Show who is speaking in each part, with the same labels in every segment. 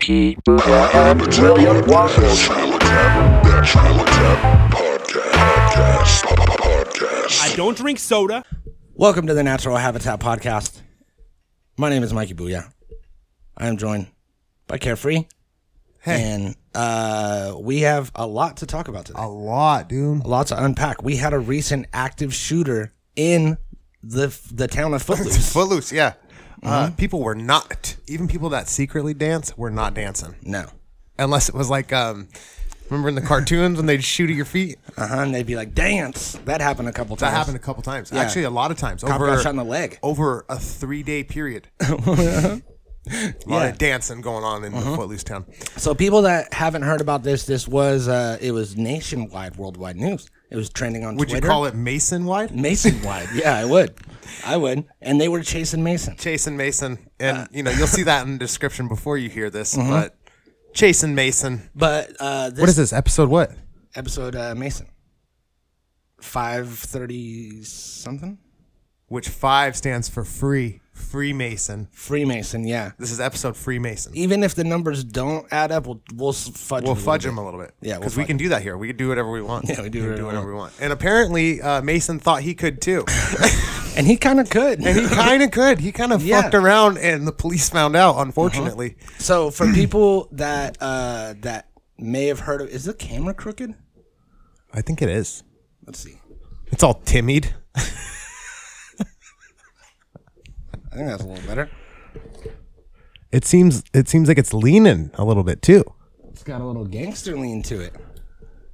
Speaker 1: P. Buddha and William Waffles.
Speaker 2: I don't drink soda.
Speaker 3: Welcome to the Natural Habitat Podcast. My name is Mikey Booya. I am joined by Carefree. And uh, we have a lot to talk about today.
Speaker 4: A lot, dude.
Speaker 3: A lot to unpack. We had a recent active shooter in the the town of Footloose.
Speaker 4: Footloose, yeah. Uh, people were not, even people that secretly dance were not dancing.
Speaker 3: no.
Speaker 4: Unless it was like, um, remember in the cartoons when they'd shoot at your feet?
Speaker 3: Uh-huh. And they'd be like, dance. That happened a couple
Speaker 4: That
Speaker 3: times.
Speaker 4: happened a couple times. Actually, a lot of times.
Speaker 3: Cop
Speaker 4: over,
Speaker 3: got shot in the leg.
Speaker 4: over a three day period. a lot of dancing going on in Footloose town.
Speaker 3: So people that haven't heard about this, this was uh, it was nationwide, worldwide news. It was trending on
Speaker 4: Would
Speaker 3: Twitter.
Speaker 4: you call it Mason wide?
Speaker 3: Mason wide? yeah, I would. I would. And they were chasing Mason.
Speaker 4: Chasing Mason. And, you know, you'll see that in the description before you hear this, but Chasing Mason.
Speaker 3: But uh, this,
Speaker 4: What is this? Episode what?
Speaker 3: episode uh, Mason. Five thirty something.
Speaker 4: Which five stands for free. Freemason.
Speaker 3: Freemason, yeah.
Speaker 4: This is episode Freemason.
Speaker 3: Even if the numbers don't add up, we'll we'll s- fudge.
Speaker 4: We'll
Speaker 3: it a
Speaker 4: fudge
Speaker 3: little
Speaker 4: them a little bit.
Speaker 3: Yeah, we'll
Speaker 4: because we
Speaker 3: fudge
Speaker 4: can do that here. We can do whatever we want.
Speaker 3: Yeah, we do
Speaker 4: can
Speaker 3: whatever we
Speaker 4: we want. And apparently, uh, Mason thought he could too.
Speaker 3: bit. and he kind of could.
Speaker 4: and he kind of could. He kind of
Speaker 3: Yeah. Uh-huh.
Speaker 4: fucked around, and the police found out. Unfortunately,
Speaker 3: so for people that uh, that may have heard of, is the camera crooked?
Speaker 4: I think it is.
Speaker 3: Let's see.
Speaker 4: It's all timid.
Speaker 3: I think that's a little better.
Speaker 4: It seems. It seems like it's leaning a little bit too.
Speaker 3: It's got a little gangster lean to it.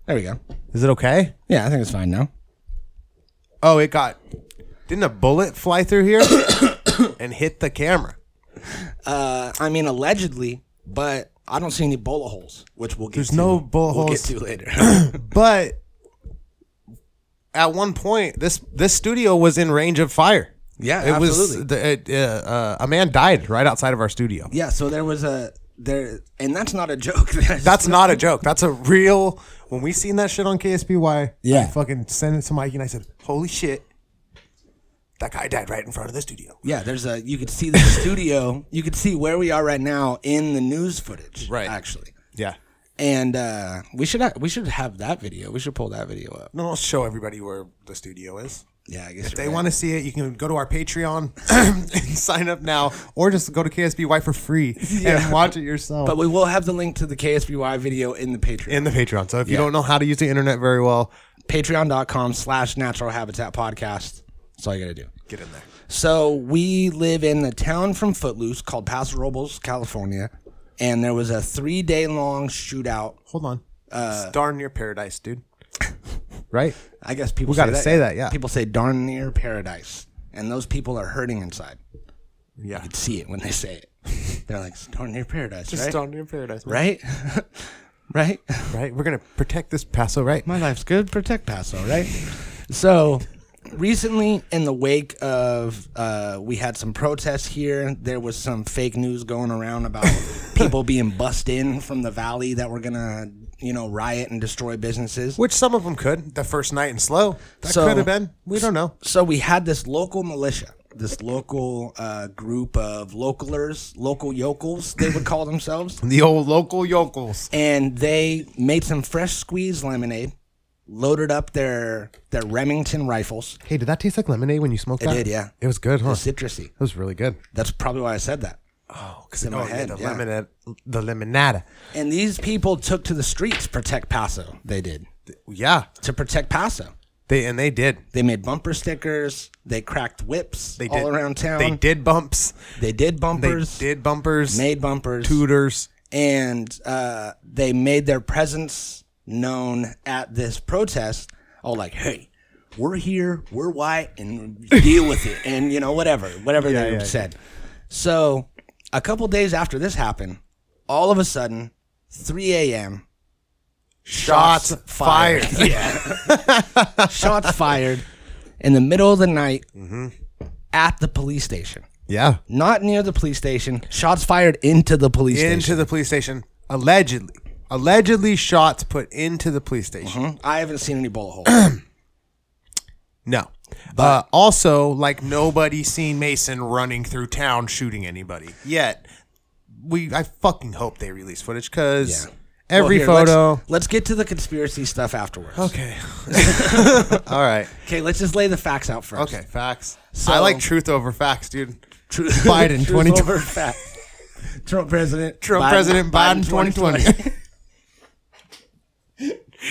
Speaker 3: There we go.
Speaker 4: Is it okay?
Speaker 3: Yeah, I think it's fine now.
Speaker 4: Oh, it got. Didn't a bullet fly through here and hit the camera?
Speaker 3: Uh, I mean, allegedly, but I don't see any bullet holes, which we'll get
Speaker 4: There's
Speaker 3: to.
Speaker 4: no bullet
Speaker 3: we'll
Speaker 4: holes.
Speaker 3: get to later.
Speaker 4: But at one point, this this studio was in range of fire.
Speaker 3: Yeah,
Speaker 4: it
Speaker 3: absolutely.
Speaker 4: was. The, it, uh, uh, a man died right outside of our studio.
Speaker 3: yeah, so there was a there, and that's not a joke.
Speaker 4: That's not a joke. That's a real. When we seen that shit on KSBY,
Speaker 3: Yeah.
Speaker 4: I fucking sent it to Mikey and I said, "Holy shit, that guy died right in front of the studio."
Speaker 3: Yeah, there's a you could see the studio. You could see where we are right now in the news footage.
Speaker 4: Right.
Speaker 3: Actually.
Speaker 4: Yeah.
Speaker 3: And uh, we should ha- we should have that video. We should pull that video up.
Speaker 4: No, I'll show everybody where the studio is.
Speaker 3: Yeah, I guess
Speaker 4: If they want to see it, you can go to our Patreon and sign up now, or just go to KSBY for free and watch it yourself.
Speaker 3: But we will have the link to the KSBY video in the Patreon.
Speaker 4: in the Patreon. So if you don't know how to use the internet very well,
Speaker 3: Patreon.com slash Natural Habitat Podcast. That's all you gotta do.
Speaker 4: get in there.
Speaker 3: So we live in a town from Footloose called Paso Robles, California, and there was a three day long shootout.
Speaker 4: Hold on. it's darn Uh, near paradise, dude. right?
Speaker 3: I guess people
Speaker 4: We gotta say that, yeah.
Speaker 3: People say darn near paradise, and those people are hurting inside.
Speaker 4: Yeah. It's
Speaker 3: see it when they say it. They're like, "It's darn near paradise, right?
Speaker 4: darn near paradise. Right?
Speaker 3: right? right?
Speaker 4: Right? We're going to protect this Paso, right?
Speaker 3: My life's good. Protect Paso, right? so, recently, in the wake of, uh, we had some protests here. There was some fake news going around about people being bussed in from the valley that were gonna, you know, riot and destroy businesses.
Speaker 4: Which some of them could. The first night in slow. That
Speaker 3: So-
Speaker 4: could have been. We don't know.
Speaker 3: so we had this local militia, this local uh, group of localers, local yokels, they would call themselves.
Speaker 4: The old local yokels.
Speaker 3: and they made some fresh squeezed lemonade, loaded up their their Remington rifles.
Speaker 4: Hey, did that taste like lemonade when you smoked it
Speaker 3: did, yeah.
Speaker 4: It was good, huh?
Speaker 3: It's citrusy.
Speaker 4: It was really good.
Speaker 3: That's probably why I said that.
Speaker 4: Oh, because
Speaker 3: in my head,
Speaker 4: the
Speaker 3: yeah.
Speaker 4: lemonade, the lemonade.
Speaker 3: And these people took to the streets to protect Paso. They did
Speaker 4: Yeah,
Speaker 3: to protect Paso.
Speaker 4: they and they did.
Speaker 3: They made bumper stickers. They cracked whips
Speaker 4: They
Speaker 3: all
Speaker 4: did.
Speaker 3: around town.
Speaker 4: They did bumps.
Speaker 3: They did
Speaker 4: They
Speaker 3: bumpers.
Speaker 4: did bumpers.
Speaker 3: made bumpers.
Speaker 4: tutors.
Speaker 3: and uh, they made their presence known at this protest. All like, hey, we're here, we're white, and deal with it, and you know whatever, whatever they said. So, a couple days after this happened, all of a sudden, 3 a.m.
Speaker 4: Shots fired.
Speaker 3: shots fired in the middle of the night
Speaker 4: Mm-hmm.
Speaker 3: at the police station.
Speaker 4: yeah,
Speaker 3: Not near the police station. Shots fired into the police station.
Speaker 4: into the police station. Allegedly, allegedly shots put into the police station.
Speaker 3: Hmm? I haven't seen any bullet holes. Mm-hmm.
Speaker 4: No. uh, also, like nobody seen Mason running through town shooting anybody yet. we I fucking hope they release footage because
Speaker 3: Yeah.
Speaker 4: every
Speaker 3: Well, here,
Speaker 4: photo.
Speaker 3: Let's, let's get to the conspiracy stuff afterwards. Okay.
Speaker 4: Okay. All right.
Speaker 3: let's just lay the facts out first.
Speaker 4: Okay. Facts.
Speaker 3: So-
Speaker 4: I like truth over facts, dude.
Speaker 3: Tru-
Speaker 4: Biden,
Speaker 3: truth
Speaker 4: 2020.
Speaker 3: over fact. Trump president.
Speaker 4: Trump President Biden, 2020.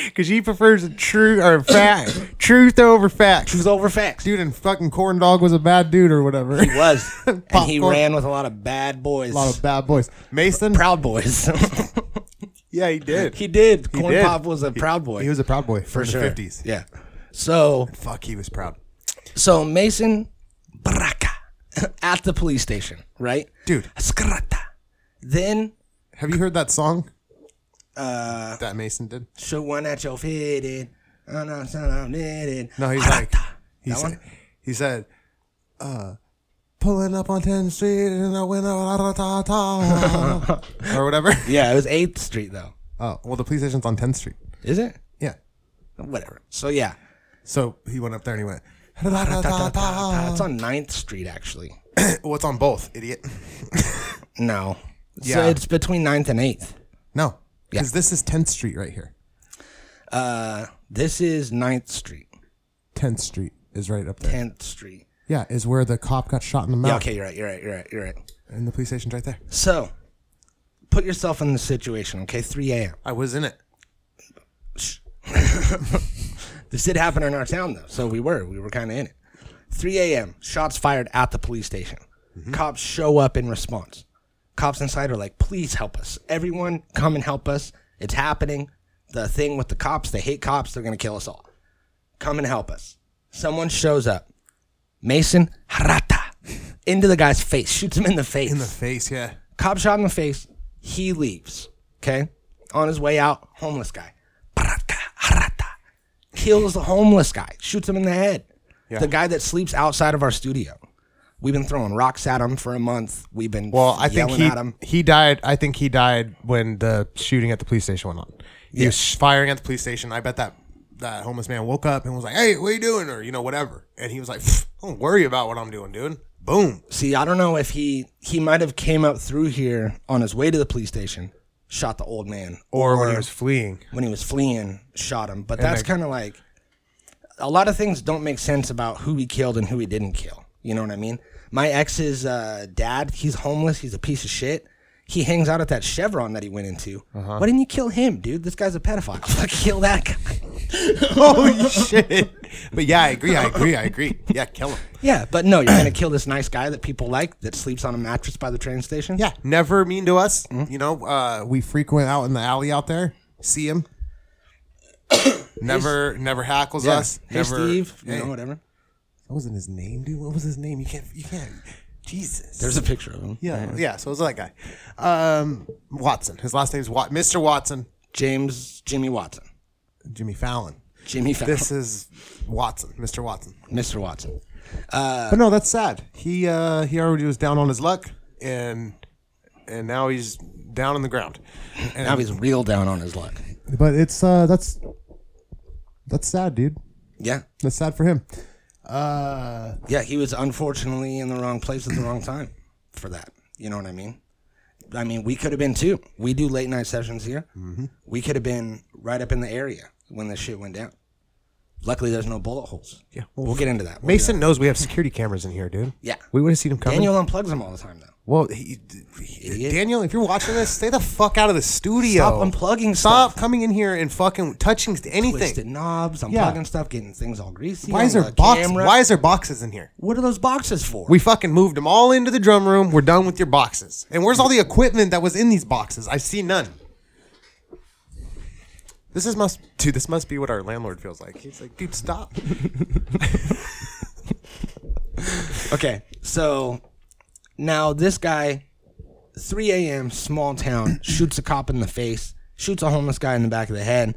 Speaker 4: Because he prefers a true or fact, truth over facts.
Speaker 3: Truth over facts.
Speaker 4: Dude, and fucking corn dog was a bad dude or whatever.
Speaker 3: He was. and he
Speaker 4: Popcorn.
Speaker 3: ran with a lot of bad boys.
Speaker 4: a lot of bad boys. Mason.
Speaker 3: proud boys.
Speaker 4: yeah, he did.
Speaker 3: he did. Corn
Speaker 4: did.
Speaker 3: Pop was a proud boy.
Speaker 4: He was a proud boy from the
Speaker 3: sure.
Speaker 4: 50s.
Speaker 3: Yeah. So
Speaker 4: Fuck, he was proud.
Speaker 3: so Mason Baraka at the police station, right?
Speaker 4: Dude.
Speaker 3: Skrata. Then
Speaker 4: Have you heard that song? Uh, that Mason did.
Speaker 3: show one at your fitted. No, he's
Speaker 4: No, he's like, he said, he said, uh, pulling up on 10th Street in the window, la, ta, ta, or whatever.
Speaker 3: Yeah, it was 8th Street, though.
Speaker 4: Oh, well, the police station's on 10th Street.
Speaker 3: Is it?
Speaker 4: Yeah.
Speaker 3: Whatever. So, yeah.
Speaker 4: So he went up there and he went, "La, ta, ta, ta."
Speaker 3: That's on 9th Street, actually.
Speaker 4: well, it's on both, idiot.
Speaker 3: No. So
Speaker 4: Yeah.
Speaker 3: it's between 9th and 8th.
Speaker 4: No, because this is 10th Street right here.
Speaker 3: This is 9th Street,
Speaker 4: 10th Street is right up there.
Speaker 3: 10th Street.
Speaker 4: Yeah, is where the cop got shot in the
Speaker 3: Yeah,
Speaker 4: mouth.
Speaker 3: okay, you're right, you're right, you're right, you're right.
Speaker 4: And the police station's right there.
Speaker 3: So, put yourself in the situation, okay? 3 a.m.
Speaker 4: I was in it.
Speaker 3: This did happen in our town, though, so we were. We were kind of in it. 3 a.m., shots fired at the police station.
Speaker 4: Mm-hmm.
Speaker 3: Cops show up in response. Cops inside are like, please help us. Everyone, come and help us. It's happening. The thing with the cops, they hate cops. They're going to kill us all. Come and help us. Someone shows up. Mason Harata. Into the guy's face, shoots him in the face.
Speaker 4: In the face, yeah.
Speaker 3: Cop shot in the face. He leaves. Okay. On his way out, homeless guy. Baraka, harata. Kills the homeless guy. Shoots him in the head. The guy that sleeps outside of our studio. We've been throwing rocks at him for a month. We've been
Speaker 4: Well, I think
Speaker 3: yelling
Speaker 4: he
Speaker 3: at him.
Speaker 4: he died. I think he died when the shooting at the police station went on. He was firing at the police station. I bet that that homeless man woke up and was like, "Hey, what are you doing?" or you know, whatever. And he was like, "Pfft, "Don't worry about what I'm doing, dude." Boom.
Speaker 3: See, I don't know if he he might have came up through here on his way to the police station, shot the old man,
Speaker 4: Or when he was fleeing.
Speaker 3: when he was fleeing, shot him. But that's kind of like a lot of things don't make sense about who he killed and who he didn't kill. You know what I mean? My ex's uh, dad, he's homeless. He's a piece of shit. He hangs out at that Chevron that he went into.
Speaker 4: Uh-huh.
Speaker 3: Why didn't you kill him, dude? This guy's a pedophile. Fuck, kill that guy.
Speaker 4: Holy shit! But yeah, I agree. I agree. I agree. Yeah, kill him.
Speaker 3: Yeah, but no, you're gonna kill this nice guy that people like that sleeps on a mattress by the train station.
Speaker 4: Yeah, never mean to us. You know, uh, we frequent out in the alley out there. See him. never, never hackles
Speaker 3: Yeah.
Speaker 4: us.
Speaker 3: Hey,
Speaker 4: never,
Speaker 3: Steve.
Speaker 4: Hey.
Speaker 3: You know, whatever.
Speaker 4: That wasn't his name, dude. What was his name? You can't. You can't. Jesus.
Speaker 3: There's a picture of him.
Speaker 4: yeah, yeah. So it was that guy, um, Watson. His last name's Wat- Mr. Watson.
Speaker 3: James Jimmy Watson.
Speaker 4: Jimmy Fallon.
Speaker 3: Jimmy Fallon.
Speaker 4: This is Watson, Mr. Watson.
Speaker 3: Mr. Watson.
Speaker 4: but no, that's sad. He uh, he already was down on his luck, and and now he's down on the ground.
Speaker 3: Now he's real down on his luck.
Speaker 4: But it's uh, that's that's sad, dude.
Speaker 3: Yeah.
Speaker 4: That's sad for him. Uh,
Speaker 3: Yeah, he was unfortunately in the wrong place at the wrong time for that. You know what I mean? I mean, we could have been too. We do late night sessions here.
Speaker 4: Mm-hmm.
Speaker 3: We could have been right up in the area when this shit went down. Luckily, there's no bullet holes.
Speaker 4: Yeah,
Speaker 3: we'll,
Speaker 4: well,
Speaker 3: get into that. We'll
Speaker 4: Mason knows we have security cameras in here, dude.
Speaker 3: Yeah.
Speaker 4: we would have seen him
Speaker 3: get-
Speaker 4: coming.
Speaker 3: Daniel unplugs them all the time, though.
Speaker 4: Well, he,
Speaker 3: Idiot.
Speaker 4: Daniel, if you're watching this, stay the fuck out of the studio.
Speaker 3: Stop unplugging
Speaker 4: Stop
Speaker 3: stuff.
Speaker 4: coming in here and fucking touching anything.
Speaker 3: Twisted knobs, unplugging
Speaker 4: Yeah.
Speaker 3: stuff, getting things all greasy.
Speaker 4: Why is
Speaker 3: on
Speaker 4: there
Speaker 3: the
Speaker 4: boxes?
Speaker 3: camera.
Speaker 4: Why is there boxes in here?
Speaker 3: What are those boxes for?
Speaker 4: We fucking moved them all into the drum room. We're done with your boxes. And where's all the equipment that was in these boxes? I see none. This is must dude. This must be what our landlord feels like. He's like, dude, stop.
Speaker 3: Okay, so now this guy, 3 a.m., small town, shoots a cop in the face, shoots a homeless guy in the back of the head,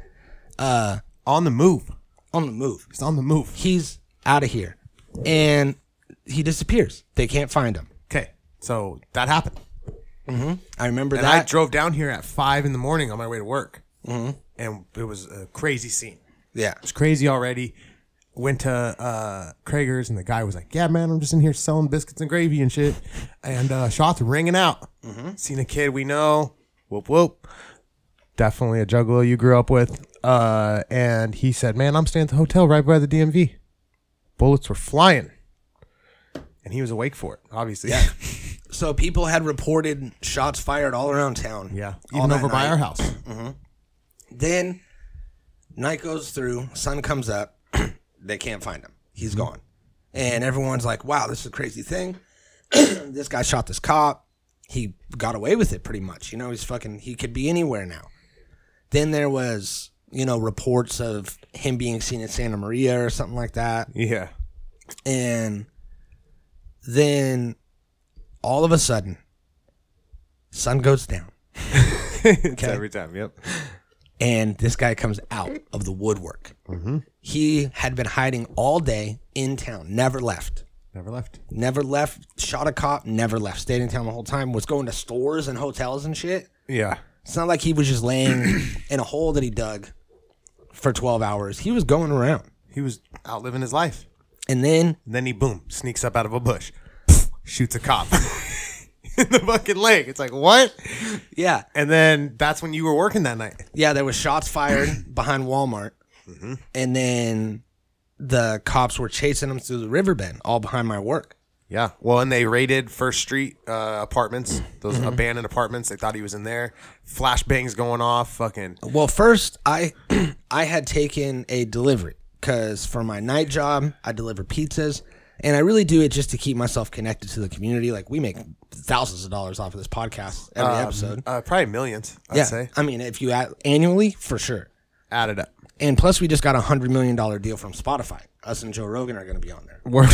Speaker 3: uh,
Speaker 4: on the move.
Speaker 3: on the move.
Speaker 4: He's on the move.
Speaker 3: He's out of here. And he disappears. They can't find him.
Speaker 4: Okay, so that happened.
Speaker 3: I remember
Speaker 4: And
Speaker 3: that.
Speaker 4: I drove down here at five in the morning on my way to work, mm-hmm. and it was a crazy scene.
Speaker 3: yeah.
Speaker 4: It's crazy already. went to uh, Krager's, and the guy was like, "Yeah, man, I'm just in here selling biscuits and gravy and shit." And uh, shots ringing out. Seen a kid we know. Whoop whoop. Definitely a juggalo you grew up with. Uh, and he said, "Man, I'm staying at the hotel right by the DMV." Bullets were flying, and he was awake for it. Obviously, yeah,
Speaker 3: So people had reported shots fired all around town. all
Speaker 4: Even
Speaker 3: that
Speaker 4: over by
Speaker 3: night.
Speaker 4: our house.
Speaker 3: Then night goes through, sun comes up, they can't find him. He's gone. And everyone's like, wow, this is a crazy thing. this guy shot this cop. He got away with it pretty much. You know, he's fucking, he could be anywhere now. Then there was, you know, reports of him being seen in Santa Maria or something like that.
Speaker 4: Yeah,
Speaker 3: And then all of a sudden, sun goes down.
Speaker 4: it's every time. Yep.
Speaker 3: and this guy comes out of the woodwork. He had been hiding all day in town, never left,
Speaker 4: Never left.
Speaker 3: never left. Shot a cop, never left. Stayed in town the whole time. Was going to stores and hotels and shit.
Speaker 4: Yeah.
Speaker 3: It's not like he was just laying in a hole that he dug for twelve hours. He was going around,
Speaker 4: He was out living his life.
Speaker 3: and then
Speaker 4: And then he boom sneaks up out of a bush, shoots a cop in the fucking leg. It's like what?
Speaker 3: yeah,
Speaker 4: And then that's when you were working that night.
Speaker 3: yeah, there was shots fired behind Walmart, and then the cops were chasing him through the riverbend, all behind my work.
Speaker 4: Yeah. Well, and they raided First Street uh, apartments, those abandoned apartments. They thought he was in there. Flashbangs going off. Fucking.
Speaker 3: Well, first I I had taken a delivery because for my night job I deliver pizzas, and I really do it just to keep myself connected to the community. Like we make thousands of dollars off of this podcast every episode.
Speaker 4: Uh, probably millions. I'd
Speaker 3: yeah,
Speaker 4: say
Speaker 3: I mean if you add annually for sure,
Speaker 4: added up.
Speaker 3: and plus we just got a hundred million dollar deal from Spotify. Us and Joe Rogan are going to be on there.
Speaker 4: We're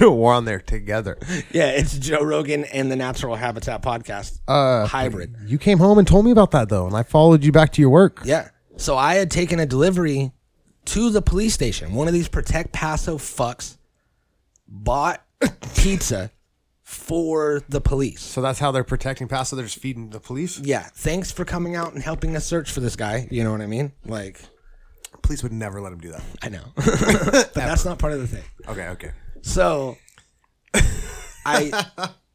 Speaker 4: we're on there together.
Speaker 3: Yeah, it's Joe Rogan and the Natural Habitat podcast
Speaker 4: Uh,
Speaker 3: hybrid.
Speaker 4: You came home and told me about that though, and I followed you back to your work.
Speaker 3: Yeah. So I had taken a delivery to the police station. One of these Protect Paso fucks bought pizza for the police.
Speaker 4: So that's how they're protecting Paso. They're just feeding the police.
Speaker 3: Yeah. Thanks for coming out and helping us search for this guy. You know what I mean? Like,
Speaker 4: Police would never let him do that.
Speaker 3: I know. but that's not part of the thing.
Speaker 4: Okay. Okay.
Speaker 3: So I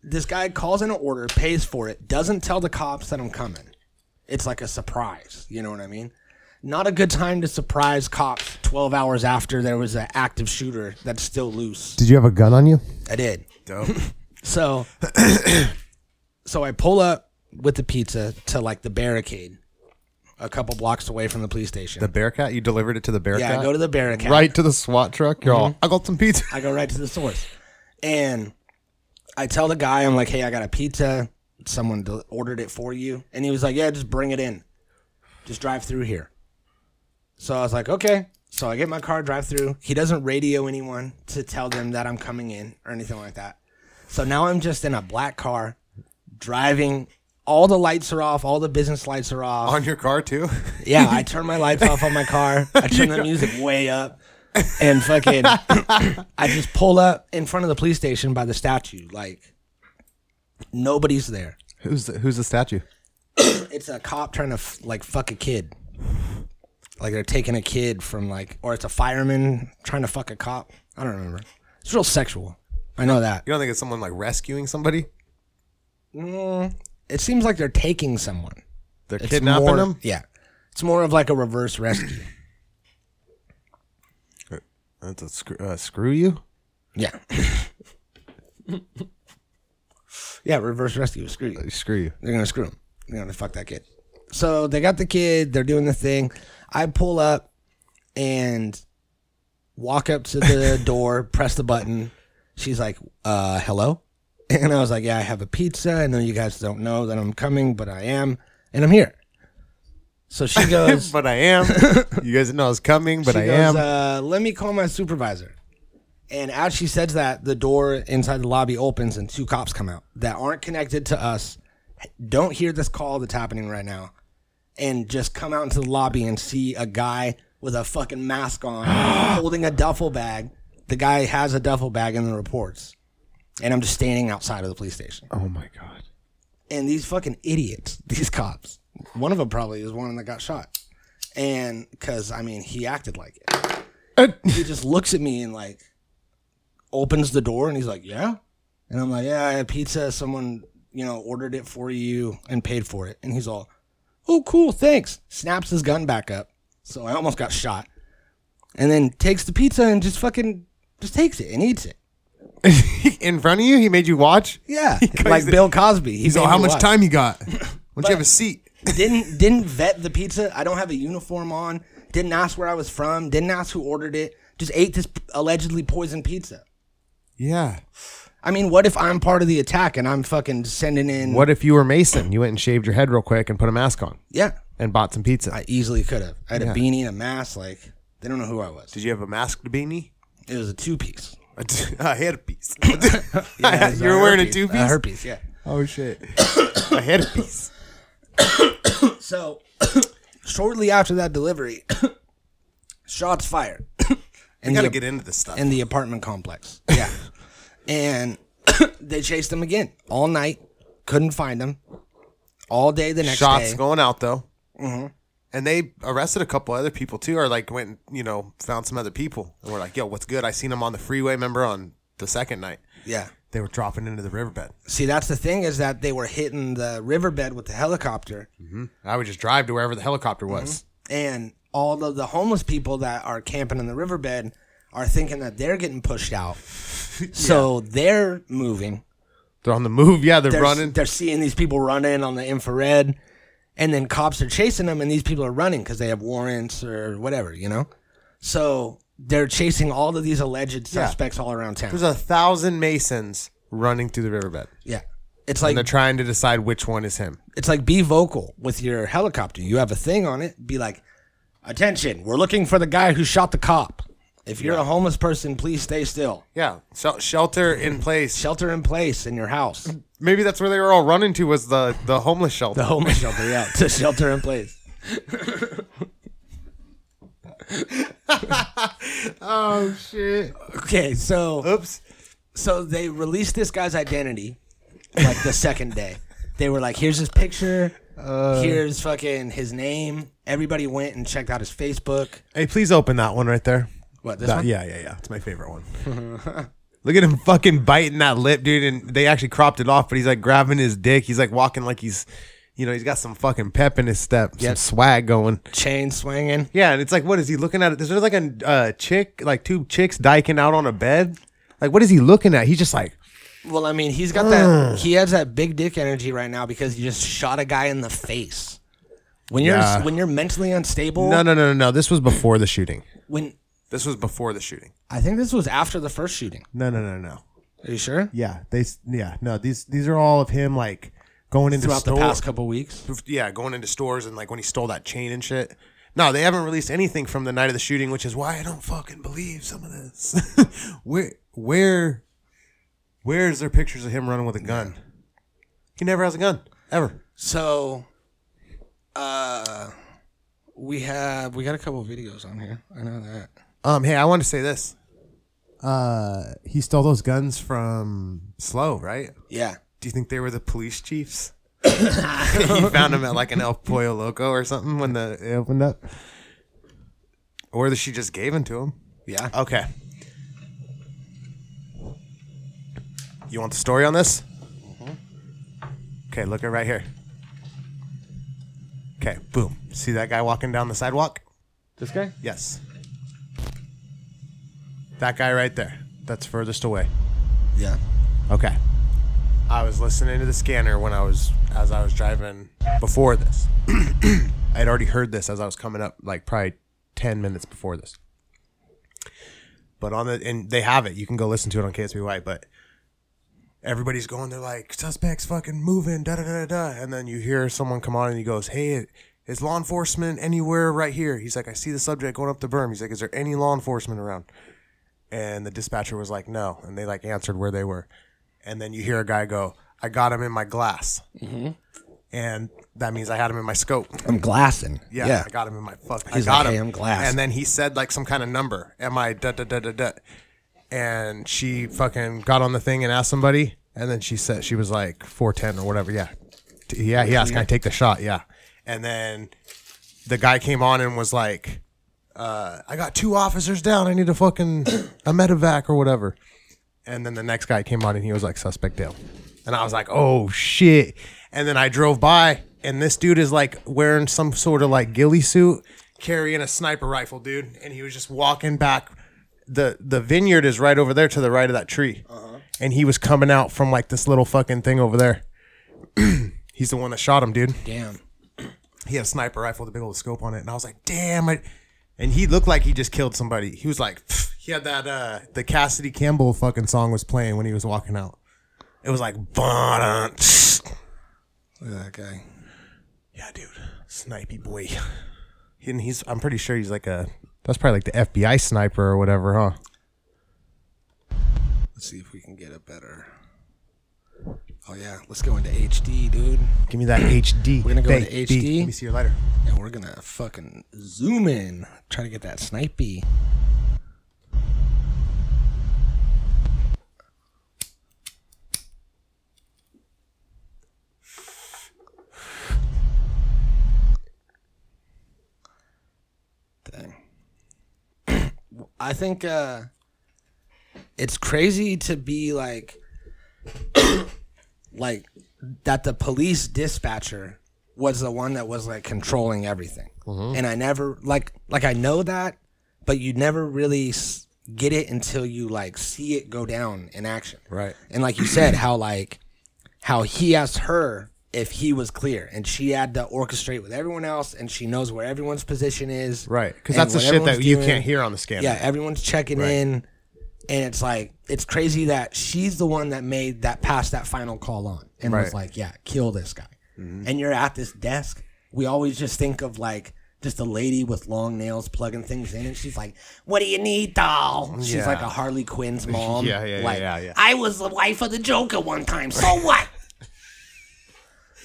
Speaker 3: this guy calls in an order, pays for it, doesn't tell the cops that I'm coming. It's like a surprise, you know what I mean? Not a good time to surprise cops 12 hours after there was an active shooter that's still loose.
Speaker 4: Did you have a gun on you?
Speaker 3: I did.
Speaker 4: Dope.
Speaker 3: So so I pull up with the pizza to like the barricade a couple blocks away from the police station.
Speaker 4: The Bearcat? You delivered it to the Bearcat?
Speaker 3: yeah, I go to the barricade.
Speaker 4: Right to the SWAT truck. Y'all, I got some pizza.
Speaker 3: I go right to the source. And I tell the guy, I'm like, hey, I got a pizza. Someone del- ordered it for you. And he was like, yeah, just bring it in. Just drive through here. So I was like, okay. So I get my car, drive through. He doesn't radio anyone to tell them that I'm coming in or anything like that. So now I'm just in a black car driving. All the lights are off. All the business lights are off.
Speaker 4: On your car, too?
Speaker 3: Yeah, I turn my lights off on my car. I turn the music way up. And fucking, I just pull up in front of the police station by the statue. Like, nobody's there.
Speaker 4: who's, the, who's the statue?
Speaker 3: It's a cop trying to, f- like, fuck a kid. Like, they're taking a kid from, like, or it's a fireman trying to fuck a cop. I don't remember. It's real sexual. I know that.
Speaker 4: You don't think it's someone like rescuing somebody?
Speaker 3: It seems like they're taking someone.
Speaker 4: They're
Speaker 3: It's
Speaker 4: Mm. kidnapping
Speaker 3: more-
Speaker 4: them?
Speaker 3: Yeah. It's more of like a reverse rescue.
Speaker 4: That's a screw, uh, screw you?
Speaker 3: Yeah. yeah, reverse rescue. Screw you.
Speaker 4: Screw you.
Speaker 3: They're gonna screw him. They're gonna fuck that kid. So they got the kid. They're doing the thing. I pull up and walk up to the door, press the button. She's like, "Uh, hello," and I was like, "Yeah, I have a pizza. I know you guys don't know that I'm coming, but I am, and I'm here." So she goes,
Speaker 4: But I am. you guys didn't know I was coming, but
Speaker 3: she
Speaker 4: I am.
Speaker 3: goes, Uh, let me call my supervisor. And as she says that, the door inside the lobby opens and two cops come out that aren't connected to us, don't hear this call that's happening right now, and just come out into the lobby and see a guy with a fucking mask on holding a duffel bag. The guy has a duffel bag in the reports. And I'm just standing outside of the police station.
Speaker 4: oh, my God.
Speaker 3: And these fucking idiots, these cops, one of them probably is one that got shot. And because, I mean, he acted like it. he just looks at me and like opens the door and he's like, "Yeah," and I'm like, "Yeah, I had pizza. Someone you know ordered it for you and paid for it." And he's all, "Oh, cool, thanks." Snaps his gun back up, so I almost got shot, and then takes the pizza and just fucking just takes it and eats it.
Speaker 4: in front of you. He made you watch.
Speaker 3: Yeah,
Speaker 4: goes-
Speaker 3: like Bill Cosby. He
Speaker 4: He's
Speaker 3: made
Speaker 4: like, "How
Speaker 3: me
Speaker 4: much
Speaker 3: watch."
Speaker 4: time you got? Why don't you have a seat?"
Speaker 3: didn't didn't vet the pizza. I don't have a uniform on. Didn't ask where I was from. Didn't ask who ordered it. Just ate this allegedly poisoned pizza.
Speaker 4: Yeah.
Speaker 3: I mean, what if I'm part of the attack and I'm fucking sending in?
Speaker 4: What if you were Mason? You went and shaved your head real quick and put a mask on
Speaker 3: Yeah,
Speaker 4: and bought some pizza.
Speaker 3: I easily could have. I had a beanie and a mask. Like they don't know who I was.
Speaker 4: Did you have a masked beanie?
Speaker 3: It was a two piece.
Speaker 4: I had a piece. you were wearing a two piece.
Speaker 3: herpes. Yeah.
Speaker 4: Oh shit! I had a piece.
Speaker 3: So, shortly after that delivery, shots fired. and
Speaker 4: You gotta
Speaker 3: the-
Speaker 4: get into this stuff.
Speaker 3: in the apartment complex. Yeah. and they chased him again all night. Couldn't find him. All day the next
Speaker 4: Shots
Speaker 3: day. Mm-hmm.
Speaker 4: going out though. And they arrested a couple other people too, or like went, and, you know, found some other people, and we're like, "Yo, what's good?" I seen them on the freeway. Remember on the second night,
Speaker 3: Yeah.
Speaker 4: they were dropping into the riverbed.
Speaker 3: See, that's the thing is that they were hitting the riverbed with the helicopter,
Speaker 4: I would just drive to wherever the helicopter
Speaker 3: Mm-hmm.
Speaker 4: was.
Speaker 3: and all of the homeless people that are camping in the riverbed are thinking that they're getting pushed out. So they're moving.
Speaker 4: They're on the move. Yeah, they're,
Speaker 3: They're,
Speaker 4: running.
Speaker 3: They're seeing these people running on the infrared, and then cops are chasing them, and these people are running because they have warrants or whatever, you know. So they're chasing all of these alleged suspects all around town.
Speaker 4: There's a thousand Masons running through the riverbed,
Speaker 3: yeah, it's
Speaker 4: and they're
Speaker 3: like
Speaker 4: trying to decide which one is him.
Speaker 3: it's like be vocal with your helicopter. You have a thing on it. Be like, attention, we're looking for the guy who shot the cop. If you're a homeless person, please stay still.
Speaker 4: Yeah, Shel shelter in place.
Speaker 3: Shelter in place in your house.
Speaker 4: Maybe that's where they were all running to was the the homeless shelter.
Speaker 3: The homeless shelter, yeah. To shelter in place.
Speaker 4: oh shit!
Speaker 3: Okay, so
Speaker 4: Oops.
Speaker 3: so they released this guy's identity like the second day. They were like, here's his picture,
Speaker 4: Uh.
Speaker 3: here's fucking his name. Everybody went and checked out his Facebook.
Speaker 4: Hey, please open that one right there.
Speaker 3: What, this
Speaker 4: That-
Speaker 3: one?
Speaker 4: Yeah, yeah, yeah. It's my favorite one. Look at him fucking biting that lip, dude. And they actually cropped it off, but he's like grabbing his dick. He's like walking like he's, you know, he's got some fucking pep in his step, some
Speaker 3: Yep.
Speaker 4: swag going.
Speaker 3: Chain swinging.
Speaker 4: Yeah, and it's like, what is he looking at? Is there like a uh, chick, like two chicks diking out on a bed? Like, what is he looking at? He's just like,
Speaker 3: Well, I mean, he's got
Speaker 4: Uh.
Speaker 3: that, he has that big dick energy right now because he just shot a guy in the face. When you're
Speaker 4: Yeah.
Speaker 3: when you're mentally unstable,
Speaker 4: no, no, no, no, no. This was before the shooting.
Speaker 3: when
Speaker 4: This was before the shooting.
Speaker 3: I think this was after the first shooting.
Speaker 4: No, no, no, no.
Speaker 3: Are you sure?
Speaker 4: Yeah, they, yeah, no. These, these are all of him like going into
Speaker 3: Throughout the
Speaker 4: store-
Speaker 3: past couple weeks.
Speaker 4: yeah, going into stores and like when he stole that chain and shit. No, they haven't released anything from the night of the shooting, which is why I don't fucking believe some of this. where, where, where is there pictures of him running with a gun? He never has a gun ever.
Speaker 3: So, uh, we have we got a couple of videos on here. I know that.
Speaker 4: Um, hey, I want to say this. Uh, he stole those guns from Slow, right?
Speaker 3: Yeah,
Speaker 4: Do you think they were the police chiefs? he found them at like an El Pollo Loco or something when the it opened up, or that she just gave them to him.
Speaker 3: yeah.
Speaker 5: Oh,
Speaker 4: Okay. You want the story on this? Okay, look at right here. Okay, boom. See that guy walking down the sidewalk?
Speaker 5: This guy?
Speaker 4: Yes. That guy right there. That's furthest away.
Speaker 3: yeah.
Speaker 4: Okay. I was listening to the scanner when I was as I was driving before this. I had already heard this as I was coming up, like probably ten minutes before this. But on the and they have it. You can go listen to it on KSBY. But everybody's going. They're like suspects fucking moving. Da da da da. da." And then you hear someone come on and he goes, "Hey, is law enforcement anywhere right here?" He's like, "I see the subject going up the berm." He's like, "Is there any law enforcement around?" And the dispatcher was like, "No." And they like answered where they were and then you hear a guy go, "I got him in my glass," and that means I had him in my scope.
Speaker 3: I'm glassing.
Speaker 4: Yeah,
Speaker 3: Yeah.
Speaker 4: I got him in my fuck.
Speaker 3: He's
Speaker 4: I got
Speaker 3: like,
Speaker 4: him.
Speaker 3: "Hey, I'm glass."
Speaker 4: And then he said like some kind of number. Am I da da da da da? And she fucking got on the thing and asked somebody, and then she said she was like four ten or whatever. Yeah, T- yeah. He asked, "Can I take the shot?" Yeah, and then the guy came on and was like, uh, I got two officers down. I need a fucking a medevac or whatever. And then the next guy came on and he was like, suspect Dale. And I was like, oh shit. And then I drove by and this dude is like wearing some sort of like ghillie suit, carrying a sniper rifle, dude. And he was just walking back. The the vineyard is right over there to the right of that tree. And he was coming out from like this little fucking thing over there. He's the one that shot him, dude
Speaker 3: Damn.
Speaker 4: he had a sniper rifle with a big old scope on it, and I was like, damn I And he looked like he just killed somebody. He was like, pfft. he had that uh the Cassidy Campbell fucking song was playing when he was walking out. It was like, "Ba-dun, tss."
Speaker 3: Look at that guy.
Speaker 4: yeah, dude, snipey boy. And he's, I'm pretty sure he's like a, that's probably like the FBI sniper or whatever, huh?
Speaker 3: Let's see if we can get a better. Oh yeah, let's go into HD, dude.
Speaker 4: Give me that HD.
Speaker 3: We're gonna go into
Speaker 4: baby.
Speaker 3: HD.
Speaker 4: Let me see your lighter.
Speaker 3: And we're gonna fucking zoom in, try to get that snipey. Dang. I think uh, it's crazy to be like, like that. The police dispatcher was the one that was like controlling everything, and I never like like I know that, but you never really s- get it until you like see it go down in action,
Speaker 4: Right.
Speaker 3: And like you said, how like how he asked her if he was clear, and she had to orchestrate with everyone else, and she knows where everyone's position is,
Speaker 4: Right. Because
Speaker 3: and
Speaker 4: that's the
Speaker 3: what
Speaker 4: shit that
Speaker 3: everyone's
Speaker 4: you
Speaker 3: doing.
Speaker 4: can't hear on the scanner.
Speaker 3: Yeah, everyone's checking in, and it's like it's crazy that she's the one that made that passed that final call on, and was
Speaker 4: Right. Mm-hmm.
Speaker 3: like, "Yeah, kill this guy." And you're at this desk. We always just think of like just a lady with long nails plugging things in, and she's like, "What do you need, doll?" She's
Speaker 4: Yeah.
Speaker 3: like a Harley Quinn's mom.
Speaker 4: Yeah, yeah, yeah,
Speaker 3: like,
Speaker 4: yeah, yeah.
Speaker 3: I was the wife of the Joker one time. So what?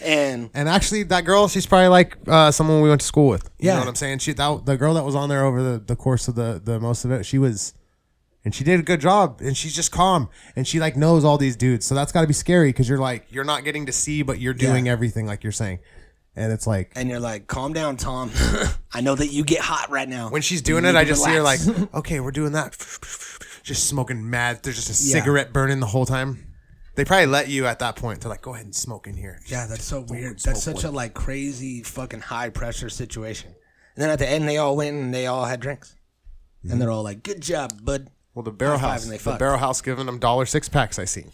Speaker 3: and
Speaker 4: And actually, that girl, she's probably like uh, someone we went to school with. You
Speaker 3: Yeah.
Speaker 4: know what I'm saying? She that the girl that was on there over the, the course of the the most of it, she was, and she did a good job. And she's just calm, and she like knows all these dudes. So that's got to be scary because you're like you're not getting to see, but you're doing everything like you're saying, and it's like.
Speaker 3: and you're like, "Calm down, Tom. I know that you get hot right now."
Speaker 4: when she's
Speaker 3: You
Speaker 4: doing
Speaker 3: need
Speaker 4: it,
Speaker 3: to
Speaker 4: I just
Speaker 3: relax."
Speaker 4: see her like, okay, we're doing that. Just smoking mad. There's just a
Speaker 3: Yeah.
Speaker 4: cigarette burning the whole time. They probably let you at that point. They're like, go ahead and smoke in here.
Speaker 3: Yeah, that's so weird. That's such a like crazy fucking high pressure situation. And then at the end, they all went and they all had drinks, and
Speaker 4: Mm-hmm.
Speaker 3: they're all like, "Good job, bud."
Speaker 4: Well, the Barrel
Speaker 3: High five
Speaker 4: House,
Speaker 3: and they
Speaker 4: the
Speaker 3: fuck.
Speaker 4: Barrel House giving them dollar six packs. I seen.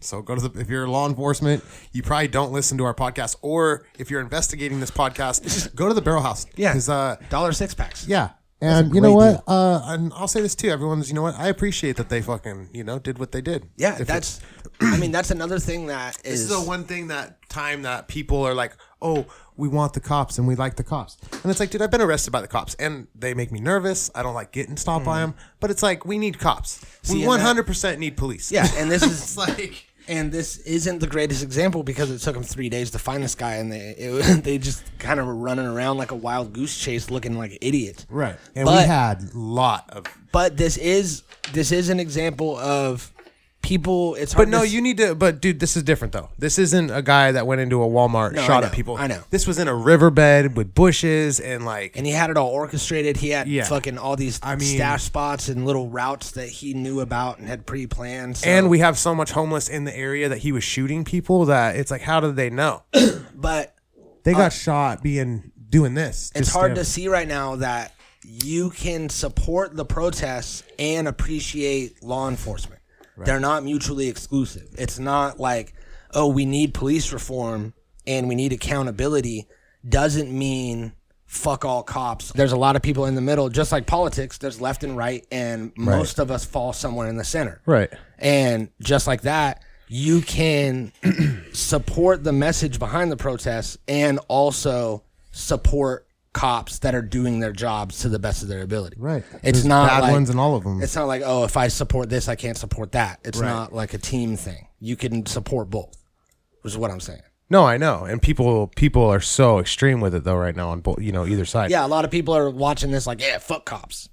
Speaker 4: so go to the if you're law enforcement, you probably don't listen to our podcast, or if you're investigating this podcast, go to the Barrel House.
Speaker 3: Yeah.
Speaker 4: 'Cause, uh,
Speaker 3: Dollar six packs.
Speaker 4: yeah, and you
Speaker 3: great
Speaker 4: know what? Uh, and I'll say this too, everyone's. You know what? I appreciate that they fucking you know did what they did.
Speaker 3: yeah.
Speaker 4: If it's-
Speaker 3: that's. I mean, that's another thing that
Speaker 4: this
Speaker 3: is.
Speaker 4: is the one thing that time that people are like, oh, we want the cops and we like the cops. And it's like, dude, I've been arrested by the cops and they make me nervous. I don't like getting stopped by 'em. by them. But it's like, we need cops.
Speaker 3: Hmm. See,
Speaker 4: we
Speaker 3: and that-
Speaker 4: 100% need police.
Speaker 3: yeah, and this
Speaker 4: it's
Speaker 3: is
Speaker 4: like,
Speaker 3: and this isn't the greatest example because it took them three days to find this guy, and they it, they just kind of were running around like a wild goose chase, looking like idiots.
Speaker 4: right. And we
Speaker 3: But-
Speaker 4: had a lot of.
Speaker 3: But this is this is an example of people. It's hard
Speaker 4: But no,
Speaker 3: to
Speaker 4: you need to. But dude, this is different though. This isn't a guy that went into a Walmart,
Speaker 3: No, I
Speaker 4: shot
Speaker 3: know.
Speaker 4: at people.
Speaker 3: I know.
Speaker 4: This was in a riverbed with bushes and like.
Speaker 3: and he had it all orchestrated. He had
Speaker 4: Yeah.
Speaker 3: fucking all these
Speaker 4: I mean-
Speaker 3: stash spots and little routes that he knew about and had pre-planned. So,
Speaker 4: and we have so much homeless in the area that he was shooting people that it's like, how did they know?
Speaker 3: but
Speaker 4: They got shot being doing this.
Speaker 3: Uh, it's hard to see right now that you can support the protests and appreciate law enforcement. They're not mutually exclusive. It's not like, oh, we need police reform and we need accountability doesn't mean fuck all cops. There's a lot of people in the middle, just like politics, there's left and right, and most of us fall somewhere in the center.
Speaker 4: Right.
Speaker 3: And just like that, you can support the message behind the protests and also support cops that are doing their jobs to the best of their ability.
Speaker 4: Right.
Speaker 3: It's
Speaker 4: There's
Speaker 3: not
Speaker 4: bad
Speaker 3: uh, like-
Speaker 4: ones in all of them.
Speaker 3: It's not like, oh, if I support this, I can't support that. It's not like a team thing. You can support both, which is what I'm saying.
Speaker 4: No, I know. And people people are so extreme with it though right now on both, you know, either side.
Speaker 3: Yeah, a lot of people are watching this like, yeah, fuck cops.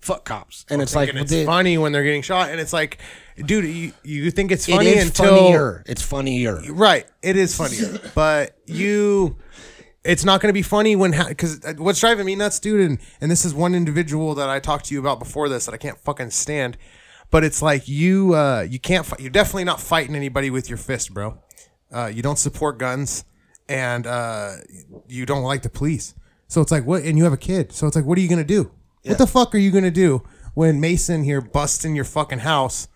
Speaker 3: Fuck cops. And it's like,
Speaker 4: And it's
Speaker 3: the-
Speaker 4: funny when they're getting shot and it's like, dude, you, you think it's
Speaker 3: it
Speaker 4: funny
Speaker 3: is
Speaker 4: until
Speaker 3: funnier. It's funnier.
Speaker 4: Right. It is funnier. but you it's not going to be funny when because what's driving me nuts, dude, and and this is one individual that I talked to you about before this that I can't fucking stand. But it's like you uh, you can't fight. You're definitely not fighting anybody with your fist, bro. Uh, you don't support guns, and uh, you don't like the police. So it's like what, and you have a kid. So it's like, what are you gonna do? What the fuck are you gonna do when Mason here busts in your fucking house?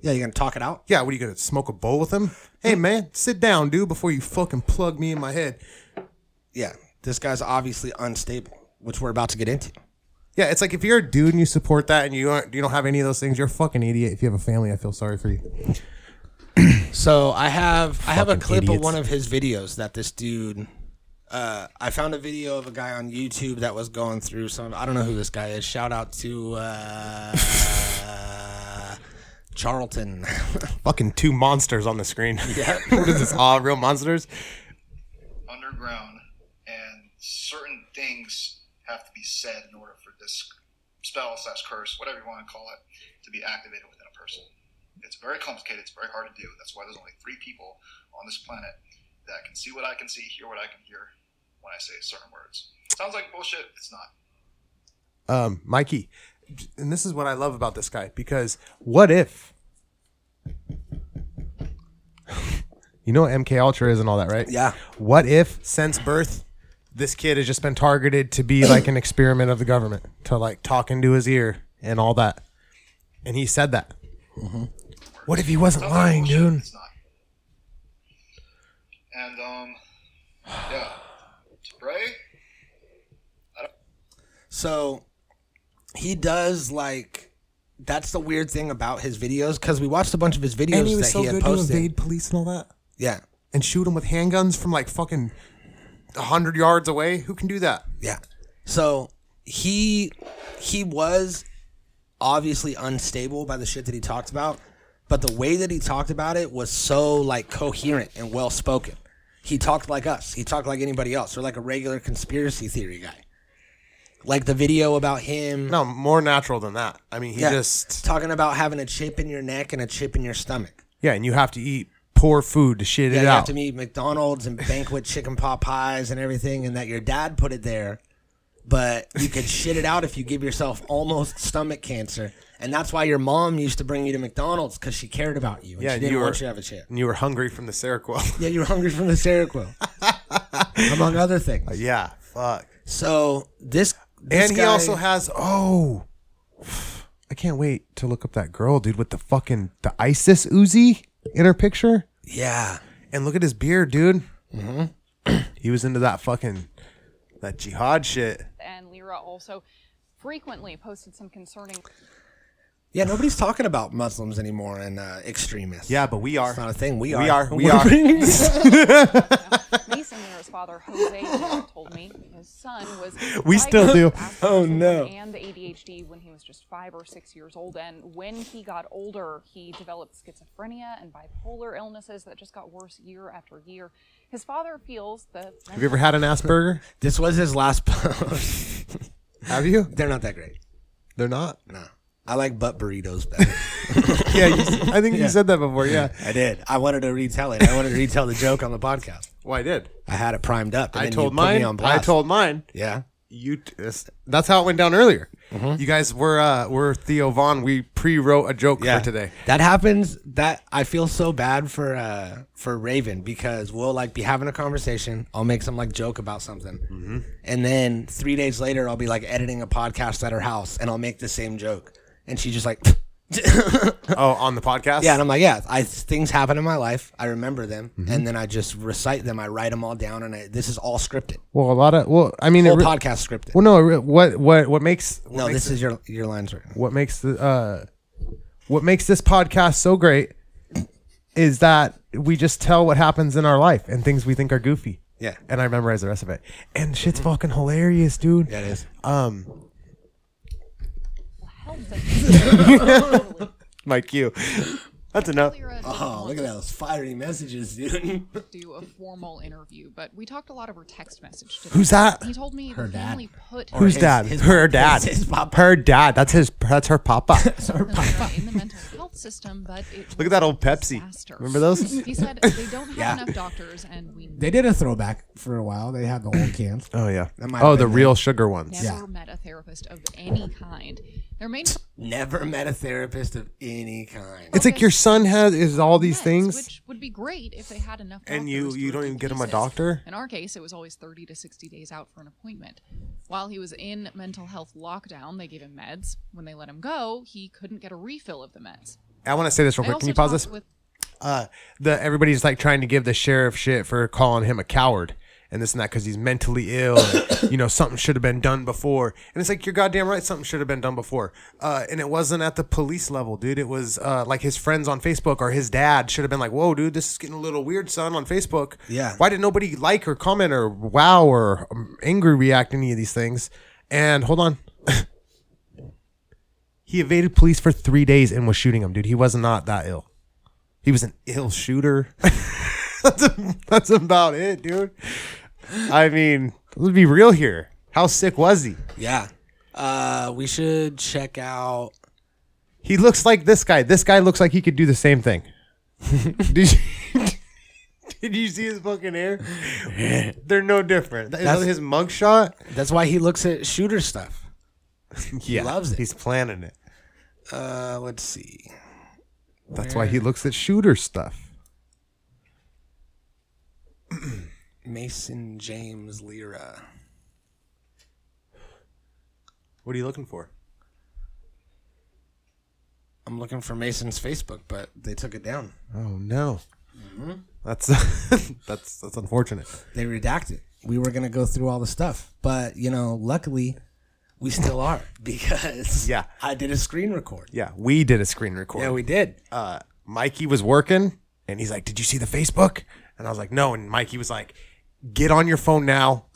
Speaker 3: Yeah, you're gonna talk it out.
Speaker 4: Yeah, what are you gonna smoke a bowl with him? Hey man, sit down, dude, before you fucking plug me in my head.
Speaker 3: Yeah, this guy's obviously unstable, which we're about to get into.
Speaker 4: Yeah, it's like if you're a dude and you support that and you aren't, you don't have any of those things, you're a fucking idiot. If you have a family, I feel sorry for you.
Speaker 3: So I have I have a
Speaker 4: Fucking
Speaker 3: clip of
Speaker 4: idiots.
Speaker 3: one of his videos that this dude. Uh, I found a video of a guy on YouTube that was going through some. I don't know who this guy is. Shout out to uh, Charlton.
Speaker 4: Fucking two monsters on the screen. Yeah, what is this? Ah, real monsters.
Speaker 5: underground, and certain things have to be said in order for this spell slash curse, whatever you want to call it, to be activated within a person. It's very complicated. It's very hard to do. That's why there's only three people on this planet that can see what I can see, hear what I can hear when I say certain words. Sounds like bullshit. It's not.
Speaker 4: um, Mikey, and this is what I love about this guy because what if? You know what MK Ultra is and all that, right?
Speaker 3: Yeah.
Speaker 4: What if since birth, this kid has just been targeted to be like an experiment of the government to like talk into his ear and all that, and he said that.
Speaker 3: Mm-hmm.
Speaker 4: What if he wasn't
Speaker 5: Sounds like
Speaker 4: lying,
Speaker 5: bullshit.
Speaker 4: dude?
Speaker 5: It's not. And um, yeah, to pray.
Speaker 3: So he does like that's the weird thing about his videos because we watched a bunch of his videos
Speaker 4: And he was
Speaker 3: that
Speaker 4: so
Speaker 3: he had
Speaker 4: good to
Speaker 3: posted.
Speaker 4: invade police and all that,
Speaker 3: Yeah,
Speaker 4: and shoot him with handguns from like fucking hundred yards away. Who can do that?
Speaker 3: yeah. So he he was obviously unstable by the shit that he talked about, but the way that he talked about it was so like coherent and well spoken. He talked like us. He talked like anybody else, or like a regular conspiracy theory guy. Like the video about him
Speaker 4: No, more natural than that. I mean, he
Speaker 3: yeah,
Speaker 4: just
Speaker 3: talking about having a chip in your neck and a chip in your stomach.
Speaker 4: yeah, and you have to eat poor food to shit
Speaker 3: Yeah,
Speaker 4: it
Speaker 3: you have
Speaker 4: out.
Speaker 3: to meet McDonald's and banquet chicken pot pies and everything, and that your dad put it there. But you could shit it out if you give yourself almost stomach cancer, and that's why your mom used to bring you to McDonald's because she cared about you and
Speaker 4: yeah,
Speaker 3: she
Speaker 4: and
Speaker 3: didn't
Speaker 4: you were
Speaker 3: want you to have a chip.
Speaker 4: and you were hungry from the Seroquel.
Speaker 3: Yeah, you were hungry from the Seroquel, among other things.
Speaker 4: Uh, yeah, fuck.
Speaker 3: So this, this
Speaker 4: and he
Speaker 3: guy-
Speaker 4: also has oh, I can't wait to look up that girl, dude, with the fucking the ISIS Uzi in her picture,
Speaker 3: yeah,
Speaker 4: and look at his beard, dude. Mm-hmm. he was into that fucking that jihad shit.
Speaker 6: and Lyra also frequently posted some concerning
Speaker 3: yeah. Nobody's talking about Muslims anymore and uh, extremists.
Speaker 4: Yeah, but we are
Speaker 3: it's not a thing. We are.
Speaker 4: we are we are.
Speaker 6: Mason Lyra's father, Jose, Lyra, told me his son was.
Speaker 4: We still do.
Speaker 6: diagnosed with
Speaker 3: Oh,
Speaker 6: autism
Speaker 3: no.
Speaker 6: And ADHD when he was just five or six years old, and when he got older, he developed schizophrenia and bipolar illnesses that just got worse year after year. His father feels that.
Speaker 4: Have you ever had an Asperger?
Speaker 3: This was his last post.
Speaker 4: Have you?
Speaker 3: They're not that great.
Speaker 4: They're not.
Speaker 3: No. I like butt burritos better.
Speaker 4: Yeah, you, I think you said that before. Yeah.
Speaker 3: I did. I wanted to retell it. I wanted to retell the joke on the podcast.
Speaker 4: Well, I did.
Speaker 3: I had it primed up. and
Speaker 4: I
Speaker 3: then you
Speaker 4: told
Speaker 3: put
Speaker 4: mine.
Speaker 3: Me on
Speaker 4: I
Speaker 3: blast.
Speaker 4: told mine.
Speaker 3: Yeah. Mm-hmm.
Speaker 4: You. T- that's- that's how it went down earlier. You guys were uh, were Theo Vaughn. We pre-wrote a joke for today.
Speaker 3: That happens. That I feel so bad for uh for Raven because we'll like be having a conversation. I'll make some like joke about something,
Speaker 4: Mm-hmm.
Speaker 3: and then three days later I'll be like editing a podcast at her house, and I'll make the same joke, and she's just like.
Speaker 4: Oh, on the podcast.
Speaker 3: Yeah, and I'm like, yeah, I things happen in my life. I remember them,
Speaker 4: Mm-hmm.
Speaker 3: and then I just recite them. I write them all down, and I, this is all scripted,
Speaker 4: Well, a lot of well, I mean, it
Speaker 3: whole
Speaker 4: re-
Speaker 3: podcast scripted.
Speaker 4: well, no, it re- what what what makes what
Speaker 3: no,
Speaker 4: makes
Speaker 3: this is your your lines right. now.
Speaker 4: what makes the uh, what makes this podcast so great is that we just tell what happens in our life and things we think are goofy.
Speaker 3: Yeah.
Speaker 4: And I memorize the rest of it. And shit's fucking hilarious, dude. Um,
Speaker 3: Yeah, it is.
Speaker 6: helped him.
Speaker 4: Like you. That's enough.
Speaker 6: Lyra didn't
Speaker 3: Oh,
Speaker 6: want
Speaker 3: look at those fiery messages, dude.
Speaker 6: do a formal interview, but we talked a lot over text message today.
Speaker 4: Who's that?
Speaker 6: He told me
Speaker 3: Her
Speaker 6: the
Speaker 3: dad.
Speaker 6: family put
Speaker 4: Who's
Speaker 3: his-
Speaker 4: dad?
Speaker 3: his
Speaker 4: her
Speaker 3: pop-
Speaker 4: dad.
Speaker 3: his- his pop-
Speaker 4: Her dad. That's his. That's her papa.
Speaker 6: Lyra in the mental health health system, but it
Speaker 4: Look at that old Pepsi.
Speaker 6: Disaster.
Speaker 4: Remember those?
Speaker 6: He said they don't have
Speaker 3: Yeah.
Speaker 6: enough doctors, and we
Speaker 7: They did a throwback for a while. They had the whole cans.
Speaker 3: Uh,
Speaker 4: Oh yeah.
Speaker 3: might
Speaker 4: Oh,
Speaker 3: have
Speaker 4: the
Speaker 3: been
Speaker 4: real sugar ones.
Speaker 6: never met a therapist of any kind. Their main
Speaker 3: Never met a therapist of any kind.
Speaker 4: It's like your son has is all these
Speaker 6: meds,
Speaker 4: things.
Speaker 6: which would be great if they had enough.
Speaker 4: And you-
Speaker 6: doctors to
Speaker 4: you don't
Speaker 6: review
Speaker 4: even get him a
Speaker 6: cases.
Speaker 4: doctor?
Speaker 6: In our case, it was always 30 to 60 days out for an appointment. While he was in mental health lockdown, they gave him meds. When they let him go, he couldn't get a refill of the meds.
Speaker 4: I want to say this real
Speaker 6: I
Speaker 4: quick.
Speaker 6: also
Speaker 4: Can you pause
Speaker 6: talked
Speaker 4: this?
Speaker 6: With,
Speaker 4: Uh, the everybody's like trying to give the sheriff shit for calling him a coward and this and that because he's mentally ill. and, you know something should have been done before. And it's like you're goddamn right. Something should have been done before. Uh, and it wasn't at the police level, dude. It was uh, like his friends on Facebook or his dad should have been like, "Whoa, dude, this is getting a little weird, son." On Facebook.
Speaker 3: Yeah.
Speaker 4: Why did nobody like or comment or wow or um, angry react to any of these things? And hold on. He evaded police for three days and was shooting him, dude. He was not that ill. He was an ill shooter. that's, that's about it, dude. I mean, let's be real here. How sick was he?
Speaker 3: Yeah. Uh, we should check out.
Speaker 4: He looks like this guy. This guy looks like he could do the same thing. Did you, did you see his fucking hair? They're no different. That-
Speaker 3: That's-
Speaker 4: his mugshot?
Speaker 3: That's why he looks at shooter stuff.
Speaker 4: Yeah.
Speaker 3: loves it.
Speaker 4: He's planning it.
Speaker 3: Uh, let's see.
Speaker 4: That's why he looks at shooter stuff.
Speaker 3: Mason James Lira.
Speaker 4: What are you looking for?
Speaker 3: I'm looking for Mason's Facebook, but they took it down.
Speaker 4: Oh no. Mm-hmm. That's that's that's unfortunate.
Speaker 3: They redacted. We were gonna go through all the stuff, but you know, luckily, we still are because
Speaker 4: Yeah.
Speaker 3: I did a screen record.
Speaker 4: Yeah, we did a screen record.
Speaker 3: Yeah, we did.
Speaker 4: uh, Mikey was working, and he's like, "Did you see the Facebook?" And I was like, "No." And Mikey was like, "Get on your phone now.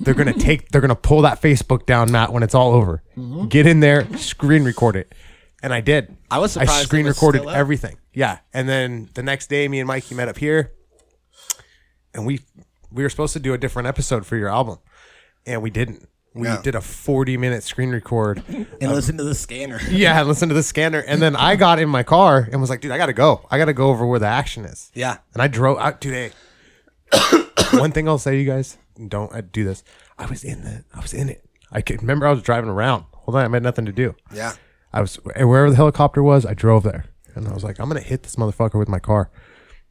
Speaker 4: They're gonna take. They're gonna pull that Facebook down, Matt, when it's all over. Get in there, screen record it." And I did.
Speaker 3: Mm-hmm. I was surprised
Speaker 4: I
Speaker 3: it
Speaker 4: screen
Speaker 3: was
Speaker 4: recorded
Speaker 3: still up.
Speaker 4: everything. Yeah, and then the next day, me and Mikey met up here, and we we were supposed to do a different episode for your album, and we didn't. We
Speaker 3: Yeah.
Speaker 4: did a forty minute screen record.
Speaker 3: And listen to the scanner.
Speaker 4: Yeah, listen to the scanner. And then I got in my car and was like, dude, I gotta go. I gotta go over where the action is.
Speaker 3: Yeah.
Speaker 4: And I drove out today. One thing I'll say, you guys, don't uh, do this. I was in the, I was in it. I could remember I was driving around. Hold on, I had nothing to do.
Speaker 3: Yeah.
Speaker 4: I was wherever the helicopter was. I drove there, and I was like, I'm gonna hit this motherfucker with my car.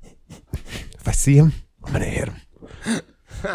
Speaker 4: If I see him, I'm gonna hit him,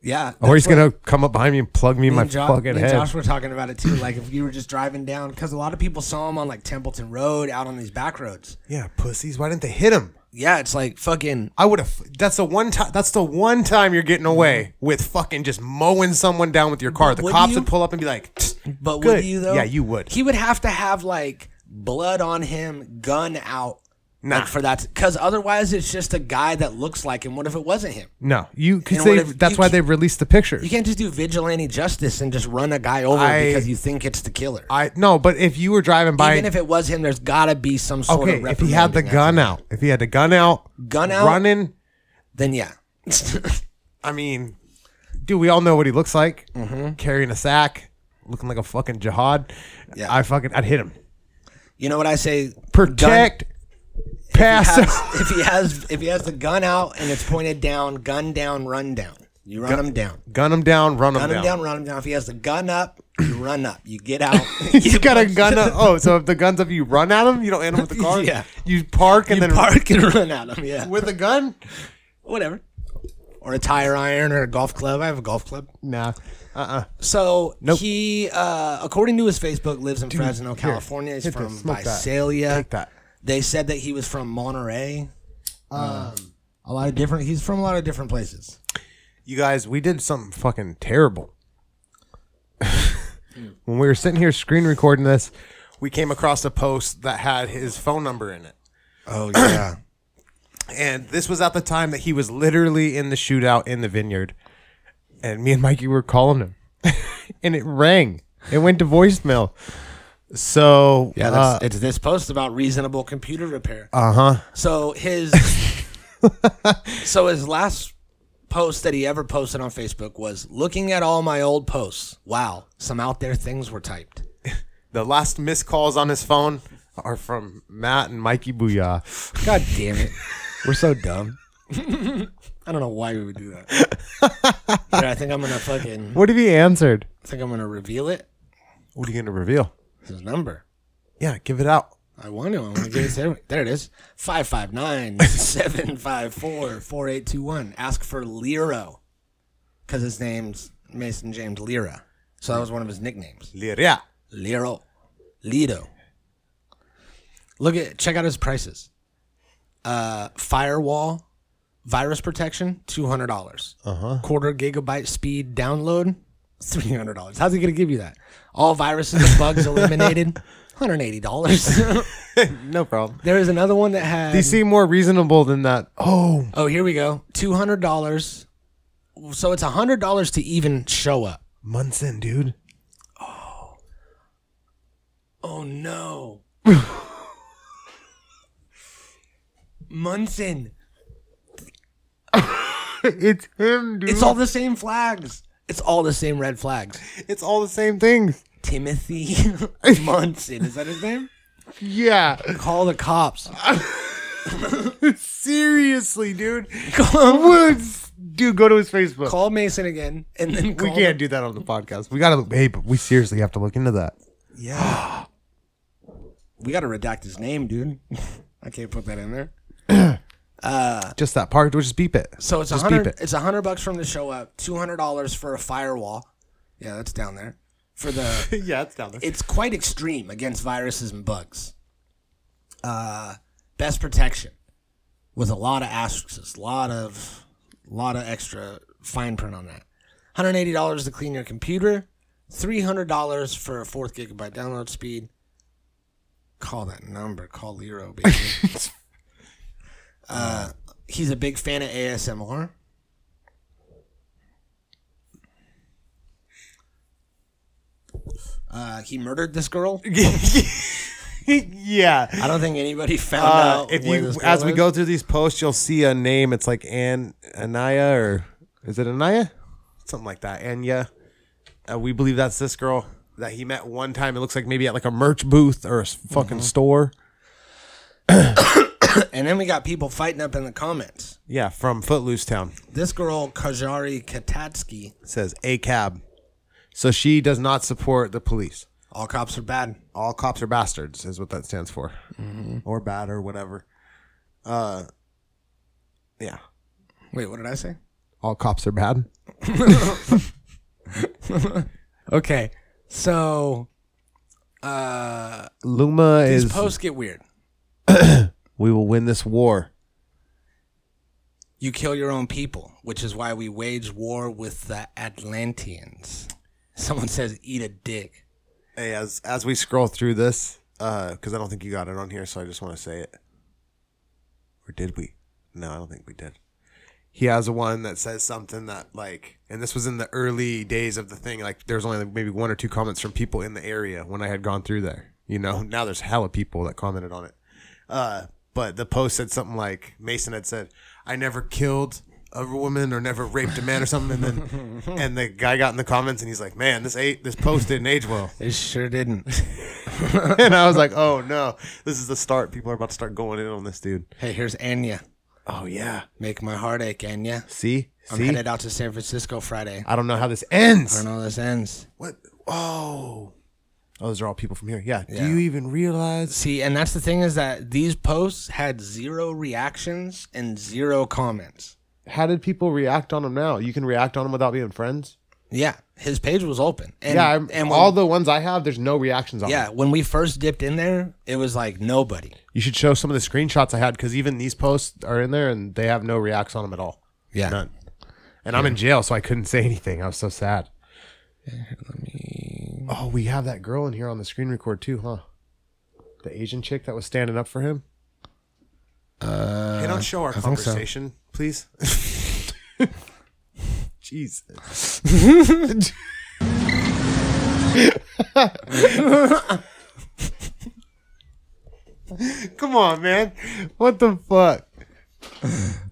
Speaker 3: Yeah.
Speaker 4: or Oh, he's gonna come up behind me and plug me in my
Speaker 3: and Jo-
Speaker 4: fucking
Speaker 3: me and
Speaker 4: head.
Speaker 3: Josh were talking about it too. Like if you were just driving down, because a lot of people saw him on like Templeton Road, out on these back roads.
Speaker 4: yeah, pussies. Why didn't they hit him?
Speaker 3: Yeah, it's like fucking.
Speaker 4: I would have. That's the one time. That's the one time you're getting away with fucking just mowing someone down with your car. The
Speaker 3: would
Speaker 4: cops
Speaker 3: Mm-hmm. you?
Speaker 4: would pull up and be like, "Tsk,
Speaker 3: But
Speaker 4: good."
Speaker 3: would you though?
Speaker 4: Yeah, you would.
Speaker 3: He would have to have like blood on him, gun out.
Speaker 4: Nah.
Speaker 3: Like for that, because otherwise it's just a guy that looks like him. What if it wasn't him?
Speaker 4: no, you because
Speaker 3: And what
Speaker 4: they.
Speaker 3: if
Speaker 4: That's
Speaker 3: you
Speaker 4: why
Speaker 3: can't-
Speaker 4: they released the pictures.
Speaker 3: You can't just do vigilante justice and just run a guy over
Speaker 4: I-
Speaker 3: because you think it's the killer.
Speaker 4: I no, but if you were driving by,
Speaker 3: Even if it was him, there's got to be some sort
Speaker 4: okay,
Speaker 3: of
Speaker 4: if he had the
Speaker 3: reprimanding
Speaker 4: gun out, if he had the gun out,
Speaker 3: Gun out?
Speaker 4: running.
Speaker 3: after- then yeah,
Speaker 4: I mean, dude, we all know what he looks like,
Speaker 3: Mm-hmm.
Speaker 4: carrying a sack, looking like a fucking jihad.
Speaker 3: Yeah.
Speaker 4: I fucking, I'd hit him.
Speaker 3: you know what I say?
Speaker 4: Protect,
Speaker 3: Gun-
Speaker 4: pass.
Speaker 3: has- if he has if he has the gun out and it's pointed down, gun down, run down. You run him down.
Speaker 4: Gun him down, run him
Speaker 3: Run him
Speaker 4: down.
Speaker 3: down, run him down. If he has the gun up, you run up. You get out.
Speaker 4: you got a gun up. Oh, so if the gun's up, you run at him. You don't end him with the car.
Speaker 3: Yeah.
Speaker 4: You park and
Speaker 3: you
Speaker 4: then
Speaker 3: park and run at him. Yeah,
Speaker 4: with a gun.
Speaker 3: whatever. Or a tire iron or a golf club. I have a golf club.
Speaker 4: Nah. Uh. uh
Speaker 3: So he, uh, according to his Facebook, lives in Fresno,
Speaker 4: here,
Speaker 3: California. He's
Speaker 4: hit
Speaker 3: from
Speaker 4: this, smoke that.
Speaker 3: Visalia.
Speaker 4: Take that.
Speaker 3: They said that he was from Monterey. Um, a lot of different. He's from a lot of different places.
Speaker 4: You guys, we did something fucking terrible. when we were sitting here screen recording this, we came across a post that had his phone number in it.
Speaker 3: Oh yeah.
Speaker 4: And this was at the time that he was literally in the shootout in the vineyard. And me and Mikey were calling him. and it rang. It went to voicemail. So
Speaker 3: Yeah, that's,
Speaker 4: uh,
Speaker 3: it's this post about reasonable computer repair.
Speaker 4: uh-huh.
Speaker 3: so his, so his last post that he ever posted on Facebook was looking at all my old posts. Wow, some out there things were typed.
Speaker 4: the last missed calls on his phone are from Matt and Mikey Booyah.
Speaker 3: God damn it. We're so dumb. I don't know why we would do that. Here, I think I'm gonna fucking
Speaker 4: What have you answered?
Speaker 3: I think I'm gonna reveal it.
Speaker 4: What are you going to reveal?
Speaker 3: His number.
Speaker 4: Yeah, give it out.
Speaker 3: I want to. I want to give it to everyone. There it is. 559-754-4821. Ask for Lero. Because his name's Mason James Lira. So that was one of his nicknames.
Speaker 4: Lyria.
Speaker 3: Lero. Lido. Look at check out his prices. Uh, firewall virus protection, two hundred dollars. Uh-huh. Quarter gigabyte speed download, three hundred dollars. How's he gonna give you that? All viruses and bugs eliminated, hundred eighty dollars.
Speaker 4: No problem.
Speaker 3: there is another one that has.
Speaker 4: They seem more reasonable than that. Oh,
Speaker 3: oh, here we go. Two hundred dollars. So it's hundred dollars to even show up.
Speaker 4: Munson, dude.
Speaker 3: Oh no. Munson.
Speaker 4: it's him, dude.
Speaker 3: It's all the same flags. It's all the same red flags.
Speaker 4: It's all the same things.
Speaker 3: Timothy Munson. Is that his name?
Speaker 4: Yeah.
Speaker 3: Call the cops.
Speaker 4: Seriously, dude.
Speaker 3: Call,
Speaker 4: Woods. Dude, go to his Facebook.
Speaker 3: call Mason again and then
Speaker 4: we
Speaker 3: call
Speaker 4: can't do that on the podcast. We gotta look. Hey, but we seriously have to look into that.
Speaker 3: Yeah. we gotta redact his name, dude. I can't put that in there.
Speaker 4: Just that part. We'll just beep it.
Speaker 3: So it's a
Speaker 4: just beep
Speaker 3: hundred.
Speaker 4: it.
Speaker 3: It's a hundred bucks for him to show up. Two hundred dollars for a firewall. Yeah, that's down there. For the
Speaker 4: yeah, it's down there.
Speaker 3: it's quite extreme against viruses and bugs. Uh, best protection with a lot of asterisks, a lot of, lot of extra fine print on that. Hundred eighty dollars to clean your computer, three hundred dollars for a fourth gigabyte download speed. Call that number. Call Lero, baby. uh, he's a big fan of ASMR. Uh, he murdered this girl.
Speaker 4: yeah.
Speaker 3: I don't think anybody found
Speaker 4: Uh,
Speaker 3: out.
Speaker 4: if
Speaker 3: where
Speaker 4: you,
Speaker 3: this girl
Speaker 4: as we
Speaker 3: is.
Speaker 4: go through these posts, you'll see a name. It's like An Anaya or is it Anaya? Something like that. Anya. Uh, we believe that's this girl that he met one time. It looks like maybe at like a merch booth or a s- fucking
Speaker 3: Mm-hmm.
Speaker 4: store.
Speaker 3: and then we got people fighting up in the comments.
Speaker 4: Yeah, from Footloose Town.
Speaker 3: This girl Kajari Katatsky,
Speaker 4: says a cab. So she does not support the police.
Speaker 3: all cops are bad.
Speaker 4: All cops are bastards is what that stands for,
Speaker 3: Mm-hmm.
Speaker 4: or bad or whatever. Uh, yeah,
Speaker 3: Wait, what did I say?
Speaker 4: all cops are bad.
Speaker 3: Okay, so
Speaker 4: Luma
Speaker 3: Uh, these
Speaker 4: is.
Speaker 3: posts get weird.
Speaker 4: we will win this war.
Speaker 3: You kill your own people, which is why we wage war with the Atlanteans. Someone says, "Eat a dick."
Speaker 4: Hey, as as we scroll through this, because I don't think you got it on here, so I just want to say it. Or did we? No, I don't think we did. He has one that says something that like, and this was in the early days of the thing. Like, there's only like, maybe one or two comments from people in the area when I had gone through there. You know, now there's hella people that commented on it. Uh, but the post said something like Mason had said, "I never killed a woman or never raped a man or something," and then and the guy got in the comments and he's like, "Man, this ate this post didn't age well."
Speaker 3: It sure didn't.
Speaker 4: and I was like, "Oh no, this is the start. People are about to start going in on this dude."
Speaker 3: hey, here's Anya.
Speaker 4: Oh yeah.
Speaker 3: Make my heart ache, Anya.
Speaker 4: See,
Speaker 3: I'm
Speaker 4: see.
Speaker 3: headed out to San Francisco Friday.
Speaker 4: I don't know how this
Speaker 3: I
Speaker 4: ends.
Speaker 3: don't know how this ends.
Speaker 4: What? Oh. Oh, those are all people from here. Yeah.
Speaker 3: Yeah.
Speaker 4: Do you even realize?
Speaker 3: See, and that's the thing is that these posts had zero reactions and zero comments.
Speaker 4: How did people react on them now? You can react on them without being friends.
Speaker 3: Yeah, his page was open. And,
Speaker 4: yeah. I'm,
Speaker 3: and when,
Speaker 4: all the ones I have, there's no reactions on.
Speaker 3: yeah,
Speaker 4: Them.
Speaker 3: when we first dipped in there, it was like nobody.
Speaker 4: You should show some of the screenshots I had because even these posts are in there and they have no reacts on them at all.
Speaker 3: Yeah,
Speaker 4: None. And I'm in jail, so I couldn't say anything. I was so sad. Oh, we have that girl in here on the screen record too, huh? The Asian chick that was standing up for him. Uh, hey, don't show our
Speaker 3: think so.
Speaker 4: conversation, please. Jesus. Come on, man. What the fuck?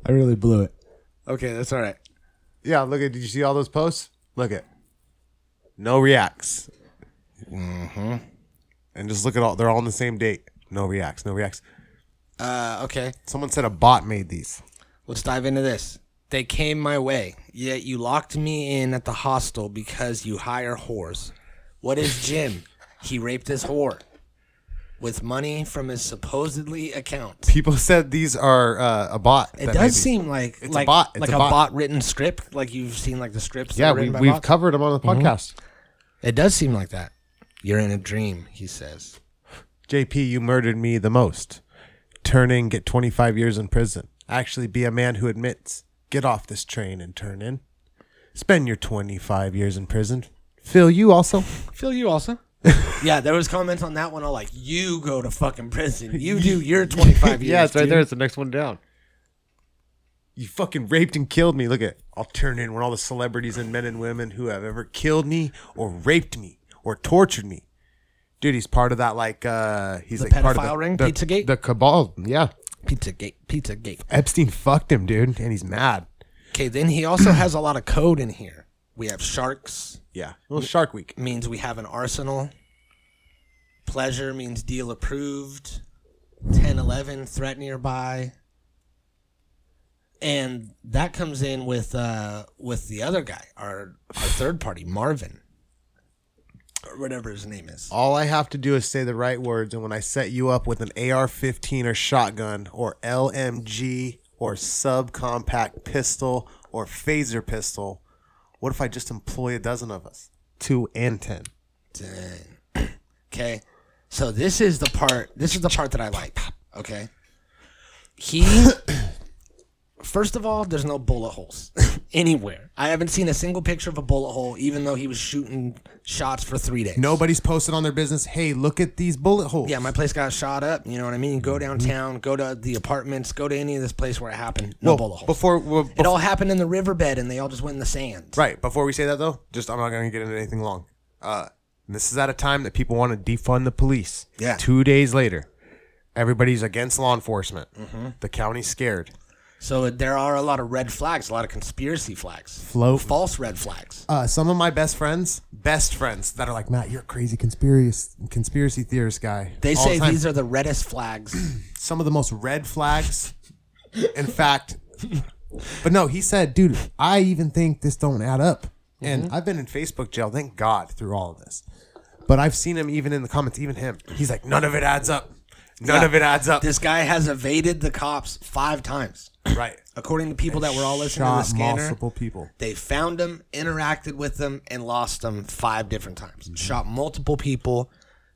Speaker 7: I really blew it.
Speaker 3: okay, that's all right.
Speaker 4: Yeah, look at. Did you see all those posts? Look at. No reacts. Mm-hmm. And just look at all. They're all on the same date. No reacts. No reacts.
Speaker 3: Uh, okay,
Speaker 4: Someone said a bot made these.
Speaker 3: let's dive into this. They came my way, yet you locked me in at the hostel because you hire whores. What is Jim? he raped his whore with money from his supposedly account.
Speaker 4: People said these are uh, a bot.
Speaker 3: It
Speaker 4: that made
Speaker 3: does
Speaker 4: these.
Speaker 3: seem like
Speaker 4: It's a
Speaker 3: like
Speaker 4: bot. It's
Speaker 3: like
Speaker 4: a
Speaker 3: a,
Speaker 4: bot.
Speaker 3: bot. written script, like you've seen like the scripts. that
Speaker 4: Yeah,
Speaker 3: are
Speaker 4: we,
Speaker 3: written by
Speaker 4: we've
Speaker 3: bots.
Speaker 4: covered them on the podcast.
Speaker 3: It does seem like that. You're in a dream, he says.
Speaker 4: JP, you murdered me the most. Turn in, get 25 years in prison. Actually, be a man who admits. Get off this train and turn in. Spend your 25 years in prison. Phil, you also.
Speaker 3: Phil, you also. yeah, there was comments on that one. All like, you go to fucking prison. You do your 25 years.
Speaker 4: yeah, it's right
Speaker 3: dude."
Speaker 4: there. It's the next one down. You fucking raped and killed me. Look at I'll turn in when all the celebrities and men and women who have ever killed me or raped me or tortured me. Dude, he's part of that like uh he's
Speaker 3: The
Speaker 4: like part of the
Speaker 3: pedophile ring?
Speaker 4: the,
Speaker 3: Pizzagate?
Speaker 4: The cabal. Yeah.
Speaker 3: Pizza gate, pizza gate.
Speaker 4: Epstein fucked him, dude, and he's mad.
Speaker 3: Okay, then he also has a lot of code in here. We have sharks,
Speaker 4: Yeah. Well, Shark Week.
Speaker 3: means we have an arsenal. Pleasure means deal approved. 10 11 threat nearby. And that comes in with uh with the other guy, our our third party, Marvin. Or whatever his name is.
Speaker 4: All I have to do is say the right words, and when I set you up with an AR-15 or shotgun or LMG or subcompact pistol or phaser pistol, what if I just employ a dozen of us? Two and ten.
Speaker 3: Okay. So this is the part this is the part that I like. Okay. He First of all, there's no bullet holes anywhere. I haven't seen a single picture of a bullet hole, even though he was shooting shots for three days.
Speaker 4: Nobody's posted on their business. Hey, look at these bullet holes.
Speaker 3: Yeah, my place got shot up. You know what I mean? Go downtown, go to the apartments, go to any of this place where it happened. No
Speaker 4: Well,
Speaker 3: bullet holes.
Speaker 4: Before, well,
Speaker 3: it
Speaker 4: bef-
Speaker 3: all happened in the riverbed, and they all just went in the sand.
Speaker 4: right before we say that though, just I'm not gonna get into anything long. Uh, this is at a time that people want to defund the police.
Speaker 3: Yeah.
Speaker 4: Two days later, everybody's against law enforcement.
Speaker 3: Mm-hmm.
Speaker 4: The county's scared.
Speaker 3: So there are a lot of red flags, a lot of conspiracy flags,
Speaker 4: Float.
Speaker 3: false red flags.
Speaker 4: uh, some of my best friends, best friends that are like, Matt, you're a crazy conspiracy conspiracy theorist guy.
Speaker 3: They
Speaker 4: All
Speaker 3: say
Speaker 4: the time.
Speaker 3: these are the reddest flags.
Speaker 4: some of the most red flags. In fact, but no, he said, dude, I even think this don't add up.
Speaker 3: Mm-hmm.
Speaker 4: And I've been in Facebook jail, thank God, through all of this. But I've seen him even in the comments, even him. He's like, none of it adds up. None
Speaker 3: Yeah.
Speaker 4: of it adds up.
Speaker 3: this guy has evaded the cops five times,
Speaker 4: right.
Speaker 3: according to people that were all listening to the
Speaker 4: Shot
Speaker 3: scanner.
Speaker 4: multiple people.
Speaker 3: They found him, interacted with him, and lost him five different
Speaker 4: Mm-hmm.
Speaker 3: times. Shot multiple people.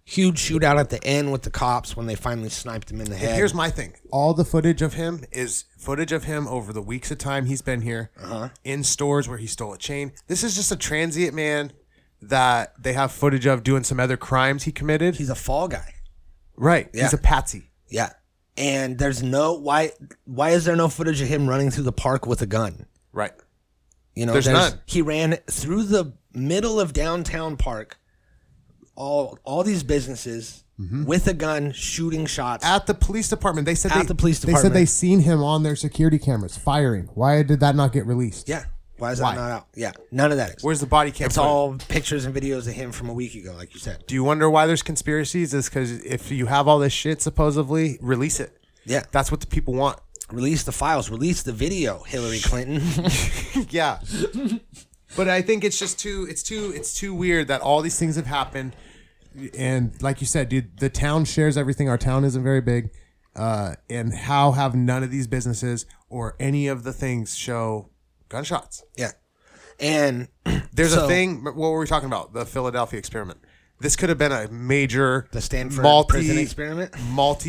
Speaker 3: Huge shootout at the end with the cops when they finally sniped him in the head.
Speaker 4: Here's my thing. All the footage of him is footage of him over the weeks of time he's been here
Speaker 3: Uh-huh.
Speaker 4: in stores where he stole a chain. This is just a transient man that they have footage of doing some other crimes he committed.
Speaker 3: he's a fall guy.
Speaker 4: right. He's
Speaker 3: Yeah.
Speaker 4: a patsy.
Speaker 3: Yeah. And there's no why why is there no footage of him running through the park with a gun?
Speaker 4: Right.
Speaker 3: You know,
Speaker 4: There's none.
Speaker 3: he ran through the middle of downtown park, all all these businesses
Speaker 4: Mm-hmm.
Speaker 3: with a gun shooting shots.
Speaker 4: At the police department, they said
Speaker 3: At
Speaker 4: they,
Speaker 3: the police
Speaker 4: They said they
Speaker 3: department.
Speaker 4: seen him on their security cameras firing. Why did that not get released?
Speaker 3: yeah. Why is
Speaker 4: Why?
Speaker 3: that not out? Yeah. None of that is.
Speaker 4: Where's the body cam?
Speaker 3: it's
Speaker 4: footage?
Speaker 3: all pictures and videos of him from a week ago, like you said.
Speaker 4: Do you wonder why there's conspiracies? Is because if you have all this shit, supposedly release it.
Speaker 3: Yeah.
Speaker 4: That's what the people want.
Speaker 3: Release the files, release the video, Hillary Clinton.
Speaker 4: yeah but i think it's just too it's too it's too weird that all these things have happened and like you said dude the town shares everything our town isn't very big uh and how have none of these businesses or any of the things show gunshots
Speaker 3: yeah. And
Speaker 4: there's a
Speaker 3: So-
Speaker 4: thing what were we talking about the philadelphia experiment this could have been a major
Speaker 3: The Stanford prison experiment?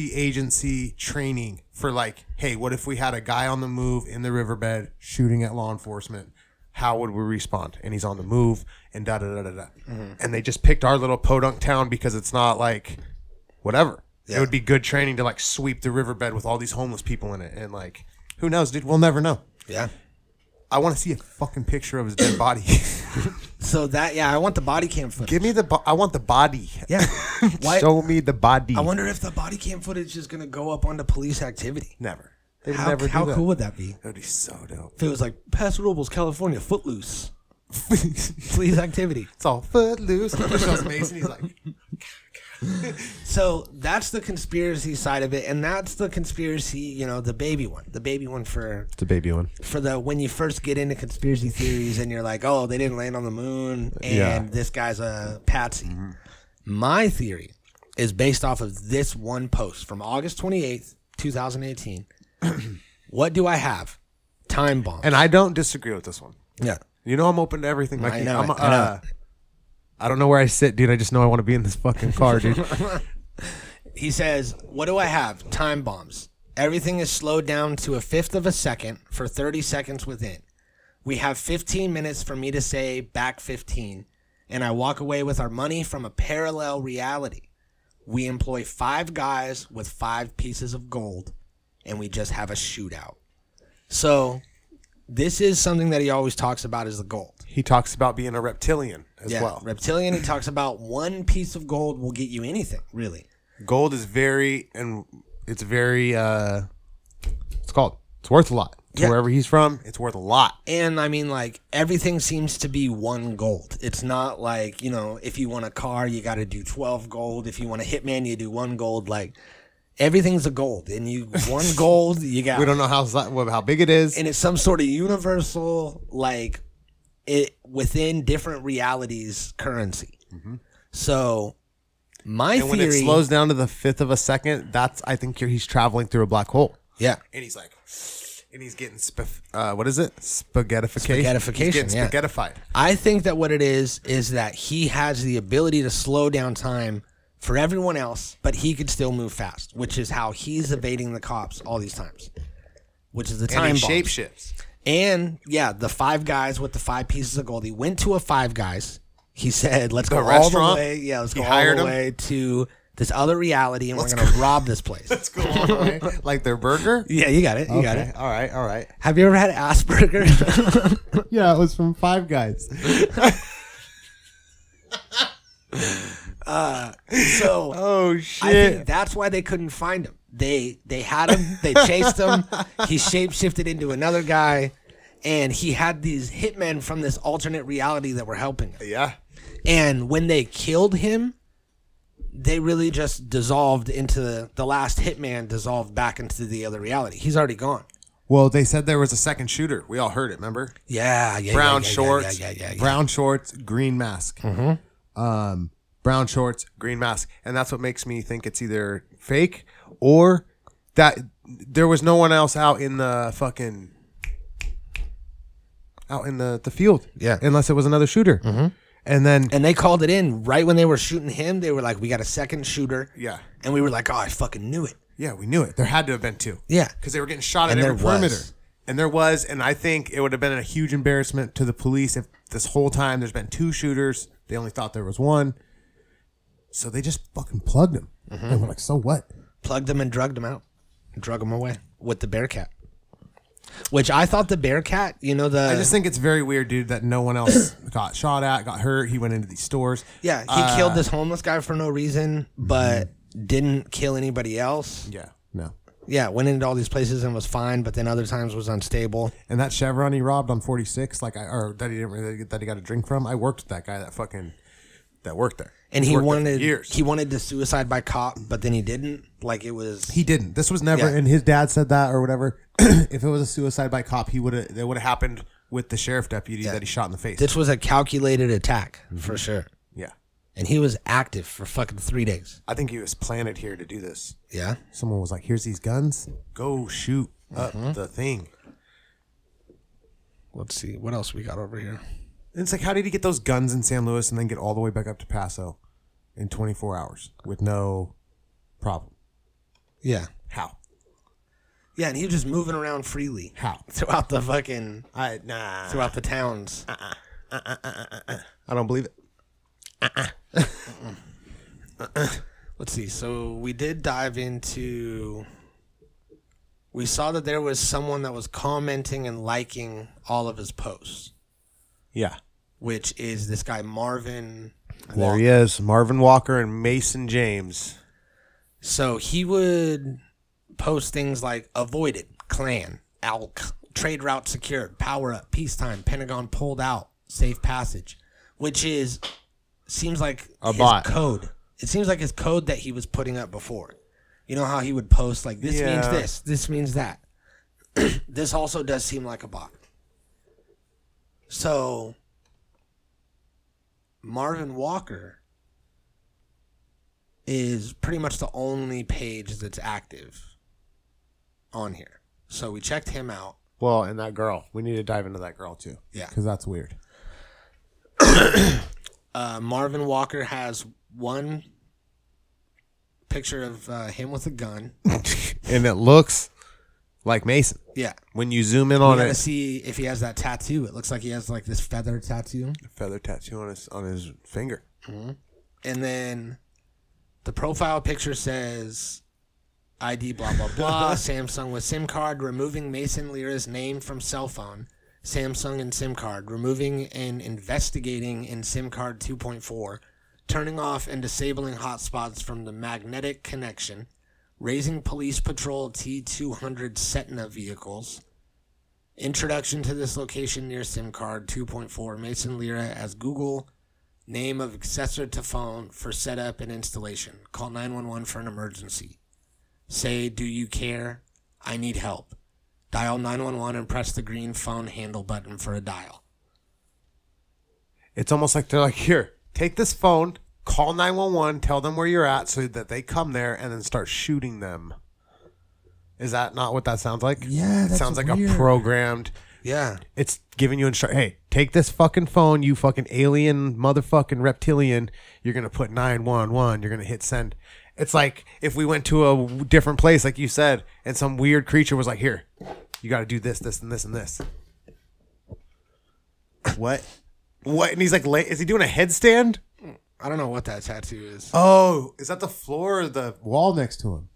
Speaker 4: multi-agency training for like hey what if we had a guy on the move in the riverbed shooting at law enforcement how would we respond and he's on the move and da da da da da
Speaker 3: Mm-hmm.
Speaker 4: and they just picked our little podunk town because it's not like whatever it
Speaker 3: Yeah.
Speaker 4: would be good training to like sweep the riverbed with all these homeless people in it and like who knows dude we'll never know
Speaker 3: yeah.
Speaker 4: i want to see a fucking picture of his dead body
Speaker 3: So that yeah, I want the body cam footage.
Speaker 4: give me the bo- i want the body
Speaker 3: yeah. Why
Speaker 4: show me the body
Speaker 3: I wonder if the body cam footage is going to go up onto police activity.
Speaker 4: never they would
Speaker 3: How,
Speaker 4: never
Speaker 3: how
Speaker 4: do that.
Speaker 3: cool would that be?
Speaker 4: That would be so dope.
Speaker 3: If it was like Paso Robles, California, Footloose, police activity.
Speaker 4: It's all footloose. It shows Mason. He's like,
Speaker 3: So that's the conspiracy side of it, and that's the conspiracy, you know, the baby one, the baby one for
Speaker 4: It's a baby one.
Speaker 3: for the when you first get into conspiracy theories and you're like, oh, they didn't land on the moon, and
Speaker 4: Yeah. Mm-hmm.
Speaker 3: this guy's a patsy. My theory is based off of this one post from August 28th, 2018. what do I have? Time bomb.
Speaker 4: And I don't disagree with this one.
Speaker 3: yeah.
Speaker 4: You know I'm open to everything. Like
Speaker 3: know
Speaker 4: I'm,
Speaker 3: it. I know
Speaker 4: uh, I don't know where I sit, dude. I just know I want to be in this fucking car, dude.
Speaker 3: He says, What do I have? Time bombs. Everything is slowed down to a fifth of a second for 30 seconds within. We have 15 minutes for me to say back 15, and I walk away with our money from a parallel reality. We employ five guys with five pieces of gold, and we just have a shootout. So, this is something that he always talks about is the gold.
Speaker 4: he talks about being a reptilian as
Speaker 3: Yeah,
Speaker 4: well.
Speaker 3: reptilian. He talks about one piece of gold will get you anything, really.
Speaker 4: Gold is very and it's very uh it's called it's worth a lot. To
Speaker 3: Yeah.
Speaker 4: wherever he's from, it's worth a lot.
Speaker 3: And I mean, like, everything seems to be one gold. It's not like, you know, if you want a car, you got to do 12 gold. If you want a hitman, you do one gold. Like, everything's a gold. And you, one gold, you got.
Speaker 4: We don't know how si- what- how big it is.
Speaker 3: and it's some sort of universal, like, it within different realities currency. So, my
Speaker 4: Mm-hmm. And when
Speaker 3: theory.
Speaker 4: it slows down to the fifth of a second, that's I think you're, he's traveling through a black hole.
Speaker 3: yeah.
Speaker 4: And he's like, and he's getting spif- uh, what is it? Spaghettification.
Speaker 3: Spaghettification,
Speaker 4: He's getting
Speaker 3: yeah.
Speaker 4: spaghettified.
Speaker 3: I think that what it is is that he has the ability to slow down time for everyone else, but he could still move fast, which is how he's evading the cops all these times. Which is the time
Speaker 4: and he
Speaker 3: bomb.
Speaker 4: shapeshifts.
Speaker 3: And yeah, the five guys with the five pieces of gold. He went to a five guys. He said, "Let's
Speaker 4: The
Speaker 3: go all
Speaker 4: restaurant?
Speaker 3: the way. Yeah, let's
Speaker 4: He
Speaker 3: go all
Speaker 4: hired
Speaker 3: the
Speaker 4: him?
Speaker 3: way to this other reality, and we're gonna rob this place."
Speaker 4: Let's go all the way. like their burger.
Speaker 3: Yeah, you got it. You got
Speaker 4: Okay,
Speaker 3: it.
Speaker 4: All right. All right.
Speaker 3: Have you ever had Asperger's?
Speaker 7: Yeah, it was from Five Guys.
Speaker 3: so
Speaker 4: Oh
Speaker 3: I
Speaker 4: shit.
Speaker 3: think that's why they couldn't find him. They they had him. They chased him. he shapeshifted into another guy, and he had these hitmen from this alternate reality that were helping him.
Speaker 4: yeah.
Speaker 3: And when they killed him, they really just dissolved into the, the last hitman dissolved back into the other reality. He's already gone.
Speaker 4: Well, they said there was a second shooter. We all heard it. Remember?
Speaker 3: Yeah, yeah.
Speaker 4: Brown
Speaker 3: yeah, yeah,
Speaker 4: shorts.
Speaker 3: Yeah, yeah, yeah. yeah.
Speaker 4: Brown shorts. Green mask. Um, brown shorts. Green mask. And that's what makes me think it's either fake or that there was no one else out in the fucking out in the the field.
Speaker 3: Yeah.
Speaker 4: Unless it was another shooter. Mm-hmm. And then
Speaker 3: And they called it in right when they were shooting him. They were like, "We got a second shooter."
Speaker 4: Yeah.
Speaker 3: And we were like, "Oh, I fucking knew it."
Speaker 4: Yeah, we knew it. There had to have been two.
Speaker 3: Yeah.
Speaker 4: Because they were getting shot at
Speaker 3: And
Speaker 4: every
Speaker 3: there was.
Speaker 4: perimeter. And there was, and I think it would have been a huge embarrassment to the police if this whole time there's been two shooters. They only thought there was one. So they just fucking plugged him.
Speaker 3: Mm-hmm.
Speaker 4: And we're like, so what?
Speaker 3: plugged them and drugged them out, drug them away with the bear cat. Which I thought the bear cat, you know the
Speaker 4: I just think it's very weird, dude, that no one else got shot at, got hurt. He went into these stores.
Speaker 3: yeah he killed this homeless guy for no reason, but didn't kill anybody else.
Speaker 4: Yeah. No.
Speaker 3: Yeah, went into all these places and was fine, but then other times was unstable.
Speaker 4: And that Chevron he robbed on 46, like I, or that he didn't really get, that he got a drink from. I worked with that guy that fucking, that worked there.
Speaker 3: And he
Speaker 4: Worked there for
Speaker 3: wanted
Speaker 4: years.
Speaker 3: he wanted to suicide by cop, but then he didn't. Like it was
Speaker 4: He didn't. This was never.
Speaker 3: Yeah.
Speaker 4: And his dad said that or whatever. if it was a suicide by cop, he would have. That would have happened with the sheriff deputy that he shot in the face.
Speaker 3: this was a calculated attack for sure,
Speaker 4: yeah,
Speaker 3: and he was active for fucking three days.
Speaker 4: I think he was planted here to do this.
Speaker 3: Yeah,
Speaker 4: Someone was like, "Here's these guns. Go shoot up the thing."
Speaker 3: let's see what else we got over here.
Speaker 4: And it's like, how did he get those guns in San Luis and then get all the way back up to Paso in 24 hours with no problem?
Speaker 3: Yeah,
Speaker 4: How?
Speaker 3: yeah, and he was just moving around freely
Speaker 4: How?
Speaker 3: throughout the fucking
Speaker 4: I nah.
Speaker 3: throughout the towns.
Speaker 4: I don't believe it.
Speaker 3: Let's see. So we did dive into. We saw that there was someone that was commenting and liking all of his posts,
Speaker 4: Yeah.
Speaker 3: which is this guy Marvin.
Speaker 4: There he is, Marvin Walker and Mason James.
Speaker 3: So he would post things like avoided, clan, alk, trade route secured, power up, peacetime, Pentagon pulled out, safe passage, which is seems like
Speaker 4: A
Speaker 3: his
Speaker 4: bot.
Speaker 3: code. It seems like it's code that he was putting up before. You know how he would post like this means
Speaker 4: Yeah.
Speaker 3: this, this means that. this also does seem like a bot. So Marvin Walker is pretty much the only page that's active on here. So we checked him out.
Speaker 4: Well, and that girl. We need to dive into that girl too.
Speaker 3: Yeah.
Speaker 4: Because that's weird.
Speaker 3: Uh, Marvin Walker has one picture of uh, him with a gun.
Speaker 4: and it looks like Mason.
Speaker 3: Yeah.
Speaker 4: When you zoom in
Speaker 3: We
Speaker 4: on
Speaker 3: gotta
Speaker 4: it,
Speaker 3: see if he has that tattoo. It looks like he has like this feather tattoo.
Speaker 4: feather tattoo on his on his finger.
Speaker 3: And then the profile picture says ID blah blah blah. Samsung with SIM card removing Mason Lira's name from cell phone. Samsung and SIM card removing and investigating in SIM card 2.4, turning off and disabling hotspots from the magnetic connection, raising police patrol T200 Setna vehicles. Introduction to this location near SIM card 2.4 Mason Lira as Google Name of accessor to phone for setup and installation. Call 911 for an emergency. Say, do you care? I need help. Dial 911 and press the green phone handle button for a dial.
Speaker 4: It's almost like they're like, here, take this phone, call nine one one, tell them where you're at, so that they come there and then start shooting them. Is that not what that sounds like?
Speaker 3: Yeah,
Speaker 4: it
Speaker 3: that's
Speaker 4: sounds like
Speaker 3: weird.
Speaker 4: a programmed.
Speaker 3: Yeah.
Speaker 4: It's giving you instruction. Hey, take this fucking phone, you fucking alien motherfucking reptilian. You're gonna put nine one one. You're gonna hit send. It's like if we went to a w- different place, like you said, and some weird creature was like, "Here, you got to do this, this, and this, and this."
Speaker 7: What?
Speaker 4: What? And he's like, la- "Is he doing a headstand?"
Speaker 3: I don't know what that tattoo is.
Speaker 4: Oh, is that the floor or the?
Speaker 7: Wall next to him.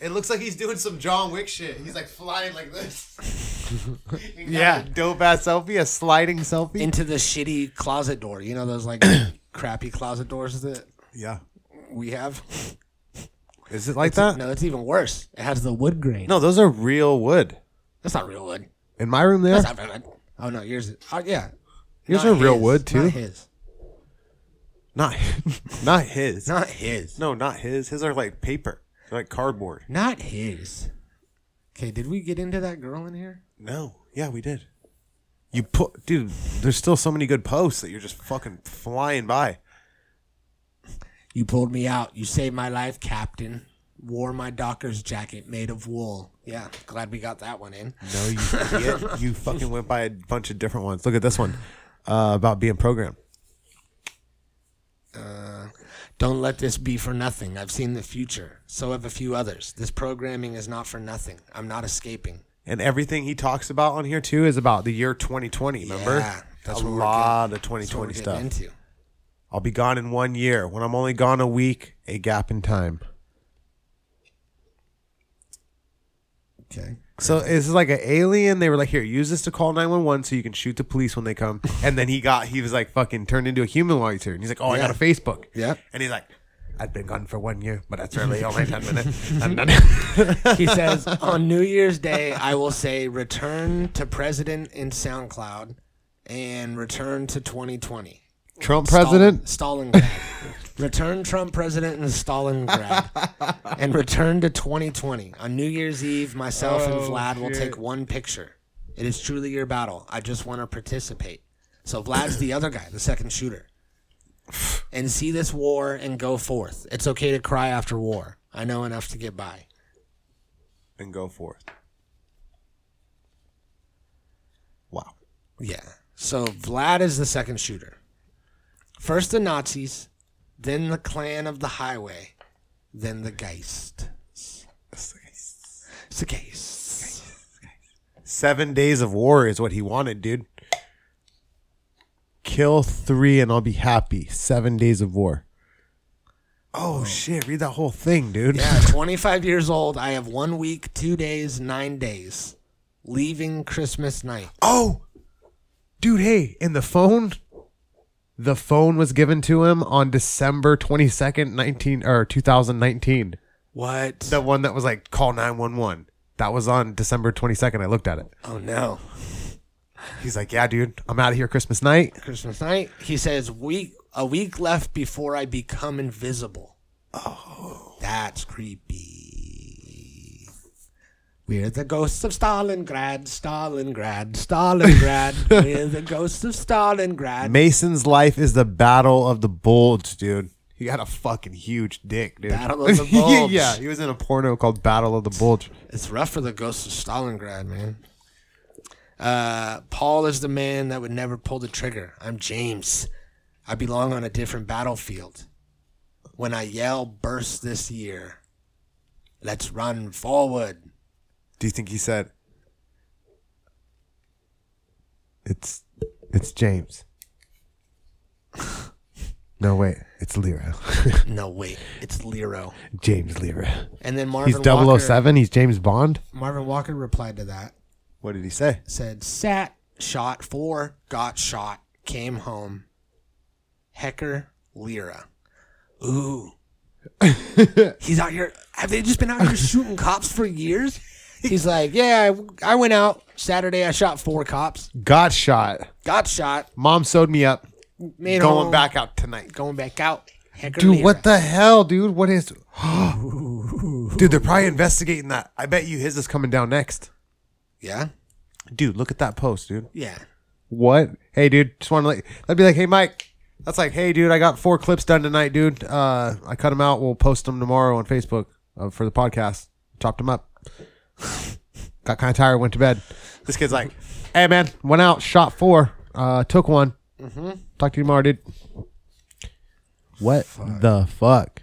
Speaker 4: It looks like he's doing some John Wick shit. He's like flying like this.
Speaker 3: Yeah.
Speaker 4: dope ass selfie, a sliding selfie.
Speaker 3: Into the shitty closet door. You know those like crappy closet doors that
Speaker 4: yeah.
Speaker 3: we have?
Speaker 4: Is it like that? No.
Speaker 3: No, it's even worse. It has the wood grain.
Speaker 4: those are real wood.
Speaker 3: That's not real wood.
Speaker 4: In my room, there.
Speaker 3: That's not real wood. Oh, no, yours is. Oh, yeah.
Speaker 4: Yours
Speaker 3: Not
Speaker 4: are real
Speaker 3: his.
Speaker 4: wood, too?
Speaker 3: Not his.
Speaker 4: Not, not his.
Speaker 3: Not his.
Speaker 4: no, not his. His are like paper, They're like cardboard.
Speaker 3: Not his. Okay, did we get into that girl in here?
Speaker 4: No. Yeah, we did. You put, dude. There's still so many good posts that you're just fucking flying by.
Speaker 3: You pulled me out. You saved my life, Captain. Wore my doctor's jacket made of wool. Yeah, glad we got that one in.
Speaker 4: No, you idiot. you fucking went by a bunch of different ones. Look at this one uh, about being programmed.
Speaker 3: Uh, Don't let this be for nothing. I've seen the future. So have a few others. This programming is not for nothing. I'm not escaping.
Speaker 4: And everything he talks about on here too is about the year 2020. Remember,
Speaker 3: Yeah, that's
Speaker 4: a
Speaker 3: what we're
Speaker 4: lot of
Speaker 3: That's what we're
Speaker 4: 2020
Speaker 3: getting
Speaker 4: stuff.
Speaker 3: Into.
Speaker 4: I'll be gone in one year. When I'm only gone a week, a gap in time.
Speaker 3: Okay.
Speaker 4: So this is like an alien. They were like, "Here, use this to call 911 so you can shoot the police when they come." And then he got, he was like, fucking turned into a human while he's here. And he's like, "Oh, I got a Facebook."
Speaker 3: Yeah.
Speaker 4: And he's like, "I've been gone for one year, but that's really only 10 minutes." And then-
Speaker 3: He says, on New Year's Day, I will say return to president in SoundCloud and return to 2020.
Speaker 4: Trump president.
Speaker 3: Stalin, Stalingrad. return Trump president in Stalingrad. and return to 2020. On New Year's Eve, myself and Vlad will take one picture. It is truly your battle. I just want to participate. So Vlad's the other guy, the second shooter. And see this war and go forth. It's okay to cry after war. I know enough to get by.
Speaker 4: And go forth. Wow.
Speaker 3: Yeah. So Vlad is the second shooter. First the Nazis, then the clan of the highway, then the Geist. It's the Geist.
Speaker 4: Seven days of war is what he wanted, dude. Kill three and I'll be happy. Seven days of war. Oh, shit. Read that whole thing, dude.
Speaker 3: Yeah, 25 years old. I have one week, two days, nine days, leaving Christmas night.
Speaker 4: Oh, dude. Hey, and the phone. The phone was given to him on December 22nd, 19 or 2019.
Speaker 3: What?
Speaker 4: The one that was like call 911. That was on December 22nd. I looked at it.
Speaker 3: Oh, no.
Speaker 4: He's like, "Yeah, dude. I'm out of here Christmas night."
Speaker 3: Christmas night. He says, we, a week left before I become invisible. Oh, that's creepy. We're the ghosts of Stalingrad, Stalingrad, Stalingrad. We're the ghosts of Stalingrad.
Speaker 4: Mason's life is the battle of the bulge, dude. He got a fucking huge dick, dude.
Speaker 3: Battle of the Bulge.
Speaker 4: yeah, he was in a porno called Battle of the Bulge.
Speaker 3: It's rough for the ghosts of Stalingrad, man. Uh, Paul is the man that would never pull the trigger. I'm James. I belong on a different battlefield. When I yell, burst this year. Let's run forward.
Speaker 4: Do you think he said It's it's James. no wait, it's Lira.
Speaker 3: No, wait, it's Lero.
Speaker 4: James Lira.
Speaker 3: And then Marvin
Speaker 4: He's 007,
Speaker 3: Walker.
Speaker 4: he's James Bond.
Speaker 3: Marvin Walker replied to that.
Speaker 4: What did he say?
Speaker 3: Said sat shot four got shot came home. Hecker Lira. Ooh. He's out here. Have they just been out here shooting cops for years? He's like, yeah, I, I went out Saturday. I shot four cops.
Speaker 4: Got shot.
Speaker 3: Got shot.
Speaker 4: Mom sewed me up.
Speaker 3: Made
Speaker 4: going
Speaker 3: home,
Speaker 4: back out tonight.
Speaker 3: Going back out. Hecker
Speaker 4: Dude,
Speaker 3: Lira.
Speaker 4: what the hell, dude? What is Dude, they're probably investigating that. I bet you his is coming down next.
Speaker 3: Yeah.
Speaker 4: Dude, look at that post, dude.
Speaker 3: Yeah.
Speaker 4: What? Hey, dude, just want to like that'd be like, hey, Mike. That's like, hey, dude, I got four clips done tonight, dude. Uh, I cut them out. We'll post them tomorrow on Facebook uh, for the podcast. Chopped them up. got kind of tired. Went to bed. This kid's like, hey, man, went out, shot four, uh, took one. Talk to you tomorrow, dude. What the fuck?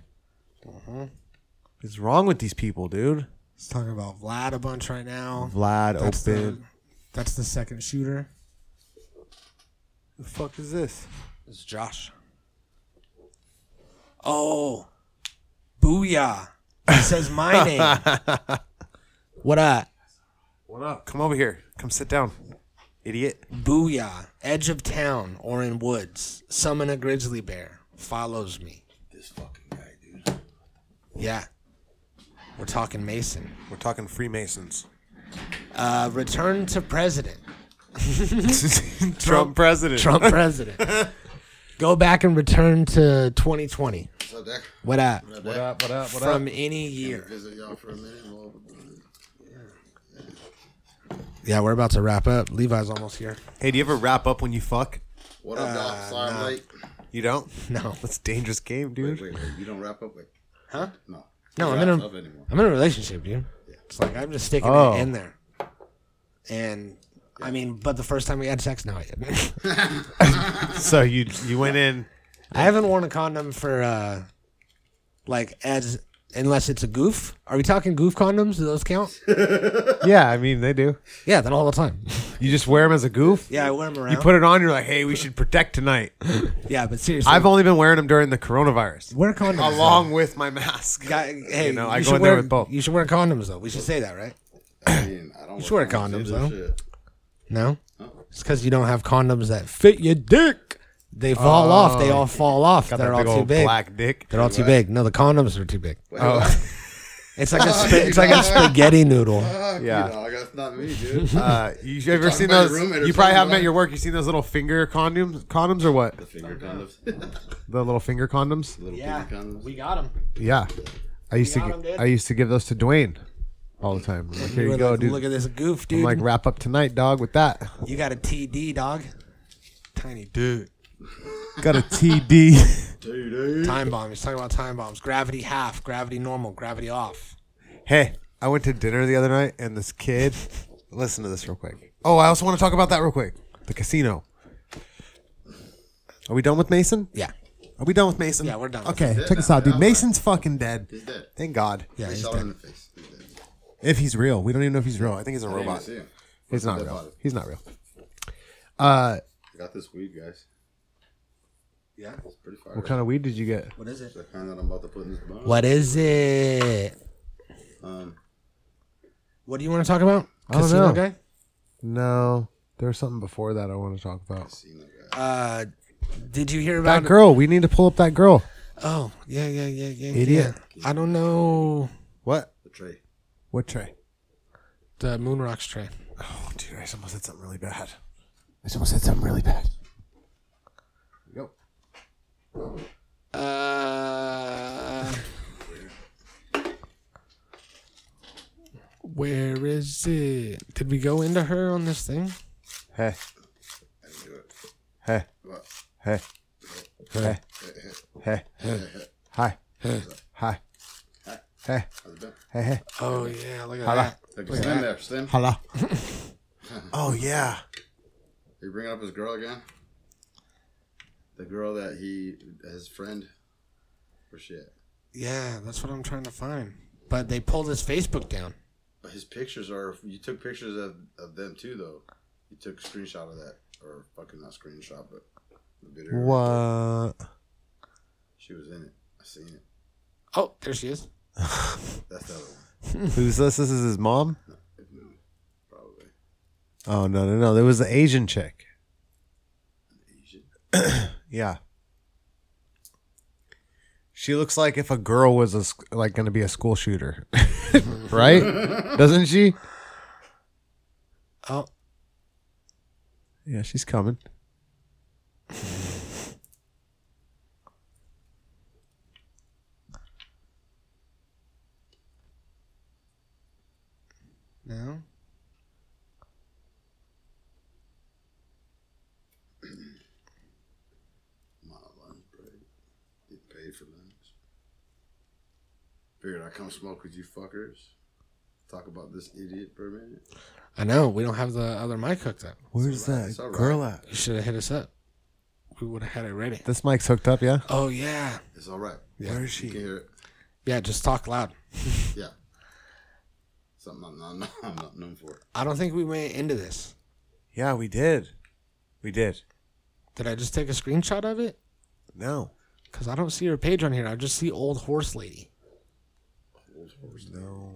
Speaker 4: What's wrong with these people, dude?
Speaker 3: Let's talk about Vlad a bunch right now.
Speaker 4: Vlad
Speaker 3: That's the,
Speaker 4: open.
Speaker 3: that's the second shooter.
Speaker 4: The fuck is this?
Speaker 3: It's Josh. Oh, booyah! He says my name. what up?
Speaker 4: What up? Come over here. Come sit down, idiot.
Speaker 3: Booyah! Edge of town or in woods, summon a grizzly bear. Follows me. This fucking guy, dude. Yeah, we're talking Mason.
Speaker 4: We're talking Freemasons.
Speaker 3: Uh, return to president.
Speaker 4: Trump, president.
Speaker 3: Trump president. Go back and return to 2020.
Speaker 8: So that
Speaker 3: What up?
Speaker 8: what up?
Speaker 4: What up? What up?
Speaker 3: From any year.
Speaker 8: Visit y'all for a minute. Well,
Speaker 3: Yeah, we're about to wrap up. Levi's almost here.
Speaker 4: Hey, do you ever wrap up when you fuck?
Speaker 8: what up, Doc? Sorry, I'm late.
Speaker 4: You don't? No. That's a dangerous game, dude.
Speaker 8: Wait, wait, wait. You don't wrap up with? Huh? No.
Speaker 3: No,
Speaker 8: You
Speaker 3: I'm in
Speaker 8: don't
Speaker 3: a-
Speaker 8: wrap up anymore.
Speaker 3: I'm in a relationship, dude. It's like I'm just sticking
Speaker 4: Oh.
Speaker 3: it in there. And I mean, but the first time we had sex, no, I didn't.
Speaker 4: So you you went in.
Speaker 3: I haven't worn a condom for uh like as unless it's a goof. Are we talking goof condoms? Do those count?
Speaker 4: Yeah, I mean they do.
Speaker 3: Yeah, then all the time.
Speaker 4: You just wear them as a goof.
Speaker 3: Yeah, I wear them around.
Speaker 4: You put it on. You're like, hey, we should protect tonight.
Speaker 3: yeah, but seriously,
Speaker 4: I've only been wearing them during the coronavirus,
Speaker 3: wear condoms.
Speaker 4: along with my mask.
Speaker 3: though. Guy, hey,
Speaker 4: you know, I
Speaker 3: you
Speaker 4: go
Speaker 3: should
Speaker 4: in there
Speaker 3: wear-
Speaker 4: with both.
Speaker 3: You should wear condoms though. We should say that, right?
Speaker 8: I mean, I don't.
Speaker 3: should wear condoms, though.
Speaker 8: Shit.
Speaker 3: No, it's because you don't have condoms that fit your dick. They fall off. They all fall off.
Speaker 4: Got
Speaker 3: They're
Speaker 4: that
Speaker 3: all
Speaker 4: big
Speaker 3: too
Speaker 4: old
Speaker 3: Oh. big.
Speaker 4: black dick.
Speaker 3: They're all too big. No, the condoms are too big.
Speaker 8: Wait, oh,
Speaker 3: It's like a sp- it's like a spaghetti noodle.
Speaker 4: Yeah.
Speaker 3: Ah.
Speaker 8: yeah. You know, that's not me, dude.
Speaker 4: Uh, you you ever
Speaker 8: talking
Speaker 4: seen
Speaker 8: about your
Speaker 4: those?
Speaker 8: roommate or
Speaker 4: You probably
Speaker 8: something,
Speaker 4: haven't at
Speaker 8: right?
Speaker 4: your work. You seen those little finger condoms, condoms or what?
Speaker 8: Finger condoms. Little
Speaker 4: The little finger condoms.
Speaker 8: finger condoms.
Speaker 3: got him.
Speaker 4: Yeah, I used
Speaker 3: got
Speaker 4: to
Speaker 3: 'em,
Speaker 4: gi-
Speaker 3: dude.
Speaker 4: I used to give those to Dwayne all the time. I'm like, here you go, dude.
Speaker 3: Look at this goof, dude.
Speaker 4: I'm like wrap up tonight, dog. With that,
Speaker 3: you got a TD, dog. Tiny dude.
Speaker 4: got a TD.
Speaker 3: Time bomb. He's talking about time bombs. Gravity half, gravity normal, gravity off.
Speaker 4: hey, I went to dinner the other night, and this kid. Listen to this real quick. Oh, I also want to talk about that real quick. The casino. Are we done with Mason?
Speaker 3: Yeah.
Speaker 4: Are we done with Mason?
Speaker 3: Yeah, we're done with
Speaker 4: Okay, check this out, dude. Mason's fucking dead.
Speaker 8: He's dead.
Speaker 4: Thank God.
Speaker 3: Yeah,
Speaker 8: They
Speaker 3: he's
Speaker 8: shot him in
Speaker 3: dead.
Speaker 8: the face. He's dead.
Speaker 4: If he's real, we don't even know if he's real. I think he's a
Speaker 8: I didn't even
Speaker 4: robot.
Speaker 8: see him.
Speaker 4: He's not
Speaker 8: Dead
Speaker 4: real.
Speaker 8: body.
Speaker 4: He's not real. Uh,
Speaker 8: I got this weed, guys.
Speaker 3: Yeah.
Speaker 8: It's pretty fire.
Speaker 4: What kind of weed did you get?
Speaker 3: What is it?
Speaker 8: The kind that I'm about to put in this bone.
Speaker 3: What is it?
Speaker 8: Um,
Speaker 3: What do you want to talk about?
Speaker 4: I don't
Speaker 3: Casino
Speaker 4: know.
Speaker 3: guy?
Speaker 4: No, there was something before that I want to talk about.
Speaker 8: seen that guy.
Speaker 3: Uh, did you hear about
Speaker 4: That girl. We need to pull up that girl.
Speaker 3: Oh, yeah, yeah, yeah, yeah.
Speaker 4: Idiot.
Speaker 3: yeah. I don't know
Speaker 4: What?
Speaker 8: The tray.
Speaker 4: What tray?
Speaker 3: the moon rocks tray.
Speaker 4: Oh, dude, I just almost said something really bad.
Speaker 3: I almost said something really bad. Uh, is it? Did we go into her on this thing?
Speaker 4: Hey,
Speaker 8: I didn't do it.
Speaker 4: hey,
Speaker 8: What?
Speaker 4: hey, hey, hey, hi, hi, hey,
Speaker 8: How's it been?
Speaker 4: hey, hey,
Speaker 3: Oh yeah, look at
Speaker 4: hello,
Speaker 3: that.
Speaker 8: Look at Slim there. Slim.
Speaker 4: hello. Oh yeah,
Speaker 8: Are you bringing up his girl again? The girl that he, his friend, or shit.
Speaker 3: Yeah, that's what I'm trying to find. But they pulled his Facebook down.
Speaker 8: But his pictures are. You took pictures of, of them too, though. You took a screenshot of that, or fucking not screenshot, but the video.
Speaker 4: what?
Speaker 8: She was in it. I seen it.
Speaker 3: Oh, there she is.
Speaker 8: That's the other one,
Speaker 4: Who's this? This is his mom.
Speaker 8: probably.
Speaker 4: Oh no no no! There was the Asian chick.
Speaker 8: Asian.
Speaker 4: Yeah. She looks like if a girl was a, sc- like going to be a school shooter, right? Doesn't she?
Speaker 3: Oh,
Speaker 4: Yeah, she's coming.
Speaker 3: no.
Speaker 8: My lunch break. Get paid for lunch. Figured I'd come smoke with you fuckers. Talk about this idiot for a minute.
Speaker 3: I know we don't have the other mic hooked up.
Speaker 4: Where's
Speaker 8: It's all
Speaker 4: that
Speaker 8: right.
Speaker 4: girl at?
Speaker 3: You should have hit us up. We would have had it ready.
Speaker 4: This mic's hooked up, yeah.
Speaker 3: Oh yeah,
Speaker 8: It's all right.
Speaker 4: Where is
Speaker 8: You can
Speaker 4: she?
Speaker 8: hear it.
Speaker 3: yeah. Just talk loud.
Speaker 8: Yeah. Something I'm not, I'm not known for.
Speaker 3: I don't think we went into this.
Speaker 4: Yeah, we did. We did.
Speaker 3: Did I just take a screenshot of it?
Speaker 4: No.
Speaker 3: Cause I don't see her page on here. I just see old horse lady.
Speaker 4: No.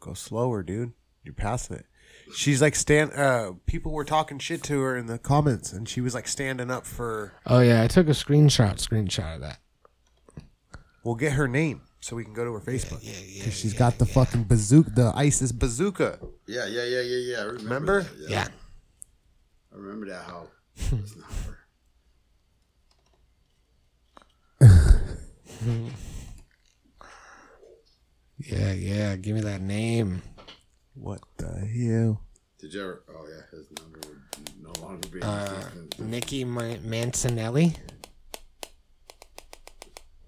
Speaker 4: Go slower, dude. You're passing it. She's like stand. Uh, people were talking shit to her in the comments, and she was like standing up for.
Speaker 3: Oh yeah, I took a screenshot screenshot of that.
Speaker 4: We'll get her name so we can go to her Facebook.
Speaker 3: Yeah, yeah,
Speaker 9: 'Cause She's got the fucking bazooka, the ISIS bazooka.
Speaker 4: Bazooka.
Speaker 8: Yeah, yeah, yeah, yeah, yeah. I remember.
Speaker 4: Remember?
Speaker 8: that, Yeah.
Speaker 3: yeah.
Speaker 8: I remember that how. It's not her.
Speaker 3: Yeah, yeah. Give me that name.
Speaker 4: What the hell?
Speaker 8: Did you ever? Oh yeah, his number would no longer be.
Speaker 3: Uh, Nikki Ma- Mancinelli.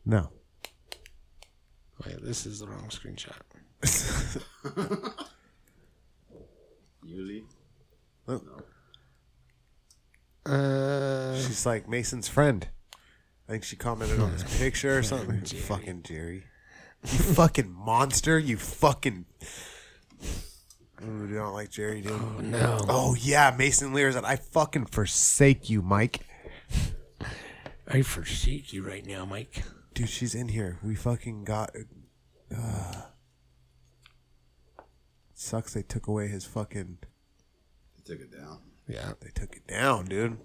Speaker 4: No.
Speaker 3: Wait, this is the wrong screenshot.
Speaker 8: Yuli.
Speaker 3: Uh,
Speaker 4: She's like Mason's friend. I think she commented on his picture or something. Fucking Jerry. You fucking monster. You fucking. Ooh, I don't like Jerry, dude. Oh,
Speaker 3: no.
Speaker 4: yeah. Mason Lear said, I fucking forsake you, Mike.
Speaker 3: I forsake you right now, Mike.
Speaker 4: Dude, she's in here. We fucking got. Uh, sucks they took away his fucking.
Speaker 8: They took it down.
Speaker 3: Yeah,
Speaker 4: They took it down, dude.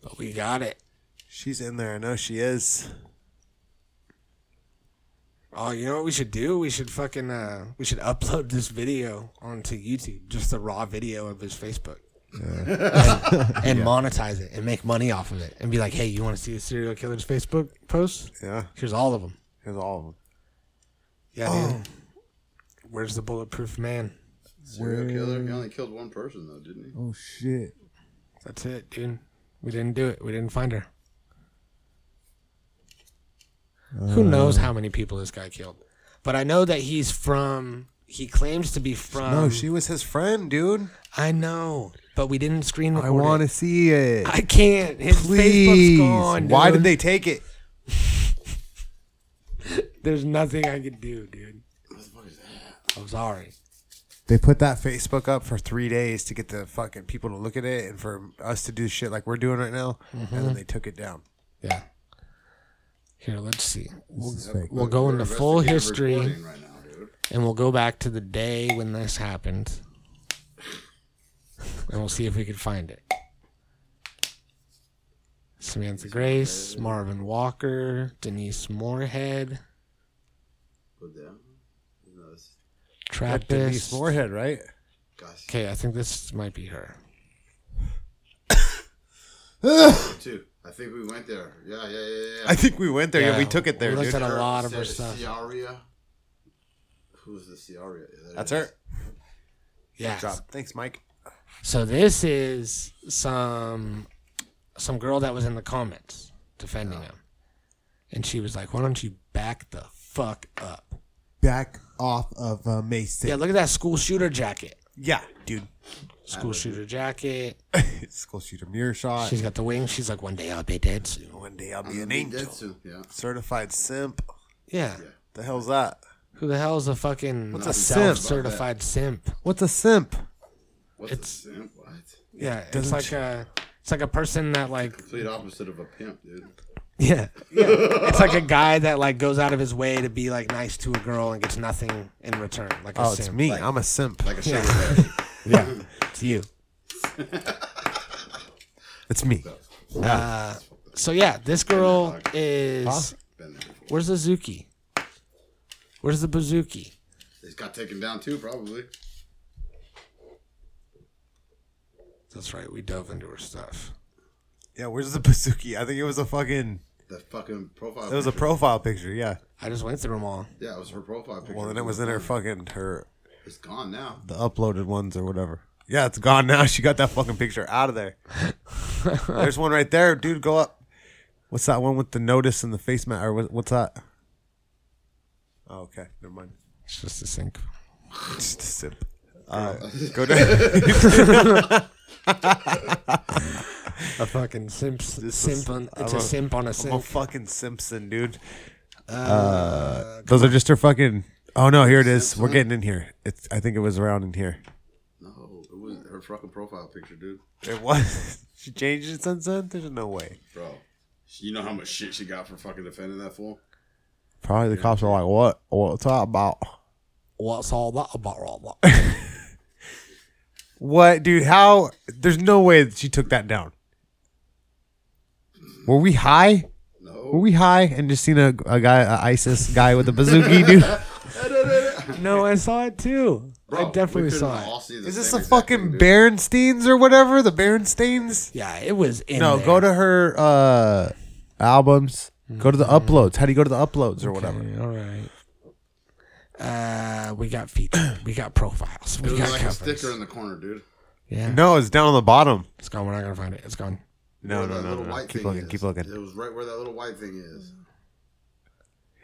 Speaker 3: but we got it.
Speaker 4: She's in there. I know she is.
Speaker 3: Oh, you know what we should do? We should fucking uh, we should upload this video onto YouTube, just the raw video of his Facebook, and, and monetize it and make money off of it, and be like, hey, you want to see the serial killer's Facebook posts?
Speaker 4: Yeah.
Speaker 3: Here's all of them.
Speaker 4: Here's all of them.
Speaker 3: Yeah, dude. Where's the bulletproof man?
Speaker 8: Serial killer. He only killed one person though, didn't he?
Speaker 9: Oh shit!
Speaker 3: That's it, dude. We didn't do it. We didn't find her. Who knows how many people this guy killed? But I know that he's from. He claims to be from.
Speaker 4: No, Oh, she was his friend, dude.
Speaker 3: I know, but we didn't screen record.
Speaker 4: I want to
Speaker 3: it.
Speaker 4: see it.
Speaker 3: I can't. His Facebook's
Speaker 4: Please.
Speaker 3: gone.
Speaker 4: Why did
Speaker 3: dude.
Speaker 4: they take it?
Speaker 3: There's nothing I can do, dude. I'm sorry.
Speaker 4: They put that Facebook up for three days to get the fucking people to look at it and for us to do shit like we're doing right now. And then they took it down.
Speaker 3: Yeah. Here, let's see. We'll,
Speaker 9: This is fake.
Speaker 3: we'll go into full
Speaker 8: Investigative
Speaker 3: history.
Speaker 8: reporting Right now, dude.
Speaker 3: and we'll go back to the day when this happened and we'll see if we can find it samantha grace marvin walker denise moorhead
Speaker 8: Put down. No, this
Speaker 4: That Denise
Speaker 3: trappist
Speaker 4: Moorhead, right?
Speaker 8: guys
Speaker 3: okay i think this might be her
Speaker 8: too. I think we went there. Yeah, yeah, yeah, yeah.
Speaker 4: I think we went there. Yeah, we took it there,
Speaker 3: we looked
Speaker 4: dude.
Speaker 3: at a lot of her
Speaker 8: Said
Speaker 3: stuff
Speaker 8: Ciaria. Who's the Ciaria? Yeah, there
Speaker 4: That's
Speaker 8: it is.
Speaker 4: her.
Speaker 3: Yeah.
Speaker 4: Thanks, Mike.
Speaker 3: So this is some some girl that was in the comments defending him, and she was like, "Why don't you back the fuck up?"
Speaker 10: Back off of uh, Mason.
Speaker 3: Yeah, look at that school shooter jacket.
Speaker 4: Yeah, dude.
Speaker 3: School shooter jacket.
Speaker 4: School shooter mirror shot.
Speaker 3: She's got the wings. She's like, "One day I'll be dead soon."
Speaker 4: One day I'll be an
Speaker 8: Be dead
Speaker 4: angel.
Speaker 8: soon. Yeah.
Speaker 4: Certified simp.
Speaker 3: Yeah.
Speaker 4: The hell's that?
Speaker 3: Who the hell is a fucking
Speaker 4: What's
Speaker 3: What's
Speaker 4: a
Speaker 3: a
Speaker 4: simp? About that?
Speaker 3: self-certified simp?
Speaker 4: What's a simp?
Speaker 8: What's
Speaker 3: It's-
Speaker 8: a simp? What?
Speaker 3: Yeah, it's
Speaker 4: doesn't
Speaker 3: like
Speaker 4: she-
Speaker 3: a it's like a person that like
Speaker 8: Complete opposite of a pimp, dude.
Speaker 3: yeah yeah it's like a guy that like goes out of his way to be like nice to a girl and gets nothing in return. Like a
Speaker 4: Oh, it's
Speaker 3: simp.
Speaker 4: me. I'm a simp.
Speaker 8: Like a sugar daddy.
Speaker 3: Yeah, it's you.
Speaker 4: It's me.
Speaker 3: Uh, So yeah, this girl is
Speaker 8: Been there before.
Speaker 3: where's the Zuki? Where's the Bazooki?
Speaker 8: It got taken down too, probably.
Speaker 3: That's right, we dove into her stuff.
Speaker 4: Yeah, where's the bazooki? I think it was a fucking.
Speaker 8: The fucking profile.
Speaker 4: It was a
Speaker 8: picture.
Speaker 4: profile picture. Yeah.
Speaker 3: I just went through them all.
Speaker 8: Yeah, it was her profile picture.
Speaker 4: Well, then it was in her fucking her
Speaker 8: It's gone now.
Speaker 4: the uploaded ones or whatever. Yeah, it's gone now. She got that fucking picture out of there. There's one right there, dude. Go up. What's that one with the notice and the face mat? Or what- what's that? Oh, okay. Never mind.
Speaker 3: It's just a sink.
Speaker 4: Just a sip. Uh, go down.
Speaker 3: A fucking simp. simp on, it's
Speaker 4: I'm
Speaker 3: a,
Speaker 4: a-
Speaker 3: simp on a
Speaker 4: I'm a
Speaker 3: sink.
Speaker 4: fucking Simpson, dude. Uh, those are just her fucking. Oh no, here it is. We're getting in here. It's. I think it was around in here.
Speaker 8: No, it wasn't her fucking profile picture, dude.
Speaker 4: It was. she changed it since then. There's no way.
Speaker 8: Bro, you know how much shit she got for fucking defending that fool?
Speaker 4: Probably the cops are like, "What? What's that about?"
Speaker 3: What's all that about? All
Speaker 4: What, dude? How? There's no way that she took that down. Were we high? Were
Speaker 8: No.
Speaker 4: we high and just seen a, a guy, a ISIS guy with a bazooki, dude?
Speaker 3: no, I saw it too.
Speaker 8: Bro,
Speaker 3: I definitely
Speaker 8: we couldn't
Speaker 3: saw it.
Speaker 8: all see the
Speaker 4: Is this
Speaker 8: same
Speaker 4: a
Speaker 8: exact
Speaker 4: fucking
Speaker 8: thing, dude.
Speaker 4: Berensteins or whatever? The Berensteins?
Speaker 3: Yeah, it was in
Speaker 4: No, go to her uh albums. Go to the uploads. How do you go to the uploads or whatever?
Speaker 3: All right. Uh, we got featured. We got profiles.
Speaker 8: It
Speaker 3: We
Speaker 8: was
Speaker 3: got
Speaker 8: like a
Speaker 3: covers.
Speaker 8: sticker in the corner, dude.
Speaker 3: Yeah,
Speaker 4: No, it's down on the bottom.
Speaker 3: it's gone. We're not gonna find it. It's gone.
Speaker 4: No,
Speaker 8: Where
Speaker 4: no,
Speaker 8: that
Speaker 4: no,
Speaker 8: little
Speaker 4: no. no.
Speaker 8: white
Speaker 4: Keep
Speaker 8: thing
Speaker 4: looking.
Speaker 8: is.
Speaker 4: Keep looking.
Speaker 8: It was right where that little white thing is.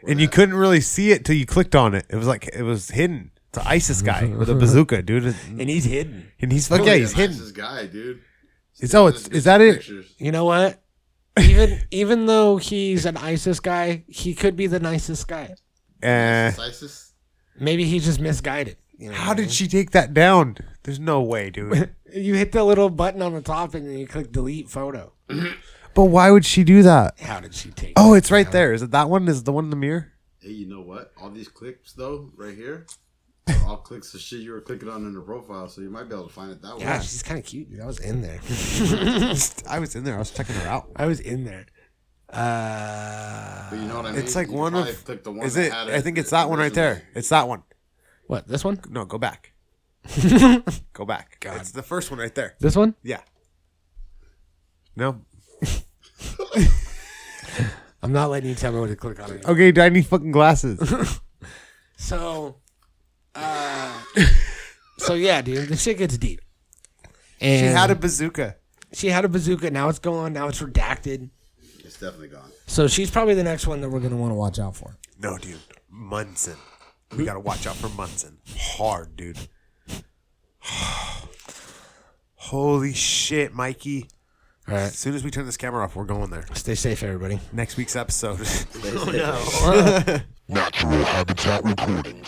Speaker 4: And you couldn't really see it till you clicked on it. It was like it was hidden. It's an ISIS guy with a bazooka, dude.
Speaker 3: And he's hidden.
Speaker 4: And he's like, yeah, he's
Speaker 8: nice,
Speaker 4: hidden.
Speaker 8: This guy, dude.
Speaker 4: Is oh, it's, is that it?
Speaker 8: Pictures.
Speaker 3: You know what? Even even though he's an ISIS guy, he could be the nicest guy.
Speaker 4: Uh,
Speaker 8: Isis.
Speaker 3: Maybe he's just misguided. You know?
Speaker 4: how did she take that down? There's no way, dude.
Speaker 3: you hit the little button on the top and then you click delete photo?
Speaker 4: but why would she do that?
Speaker 3: How did she take?
Speaker 4: Oh,
Speaker 3: it?
Speaker 4: it's right there. Is it that one? Is it the one in the mirror?
Speaker 8: Hey, you know what? All these clicks though, right here, are all clicks of shit you were clicking on in the profile, so you might be able to find it that way.
Speaker 3: yeah, she's kind of cute. dude. I was in there.
Speaker 4: I was in there. I was checking her out.
Speaker 3: I was in there. Uh,
Speaker 8: But you know what I mean?
Speaker 4: It's like
Speaker 8: You
Speaker 4: one
Speaker 8: probably
Speaker 4: of.
Speaker 8: clicked the one
Speaker 4: is
Speaker 8: that
Speaker 4: it?
Speaker 8: had
Speaker 4: I think it's that one right
Speaker 8: originally.
Speaker 4: there. It's that one.
Speaker 3: what? This one?
Speaker 4: No, go back. go back. It's the first one right there.
Speaker 3: This one?
Speaker 4: Yeah. No.
Speaker 3: I'm not letting you tell me what to click on. It.
Speaker 4: Okay, do I need fucking glasses?
Speaker 3: So, uh, so yeah, dude, the shit gets deep. And
Speaker 4: she had a bazooka.
Speaker 3: she had a bazooka. Now it's gone. Now it's redacted.
Speaker 8: It's definitely gone.
Speaker 3: So she's probably the next one that we're gonna want to watch out for.
Speaker 4: No, dude. Munson. We gotta watch out for Munson. Hard, dude. Holy shit, Mikey.
Speaker 3: All right,
Speaker 4: As soon as we turn this camera off, we're going there.
Speaker 3: stay safe, everybody.
Speaker 4: Next week's episode.
Speaker 11: Natural habitat recording.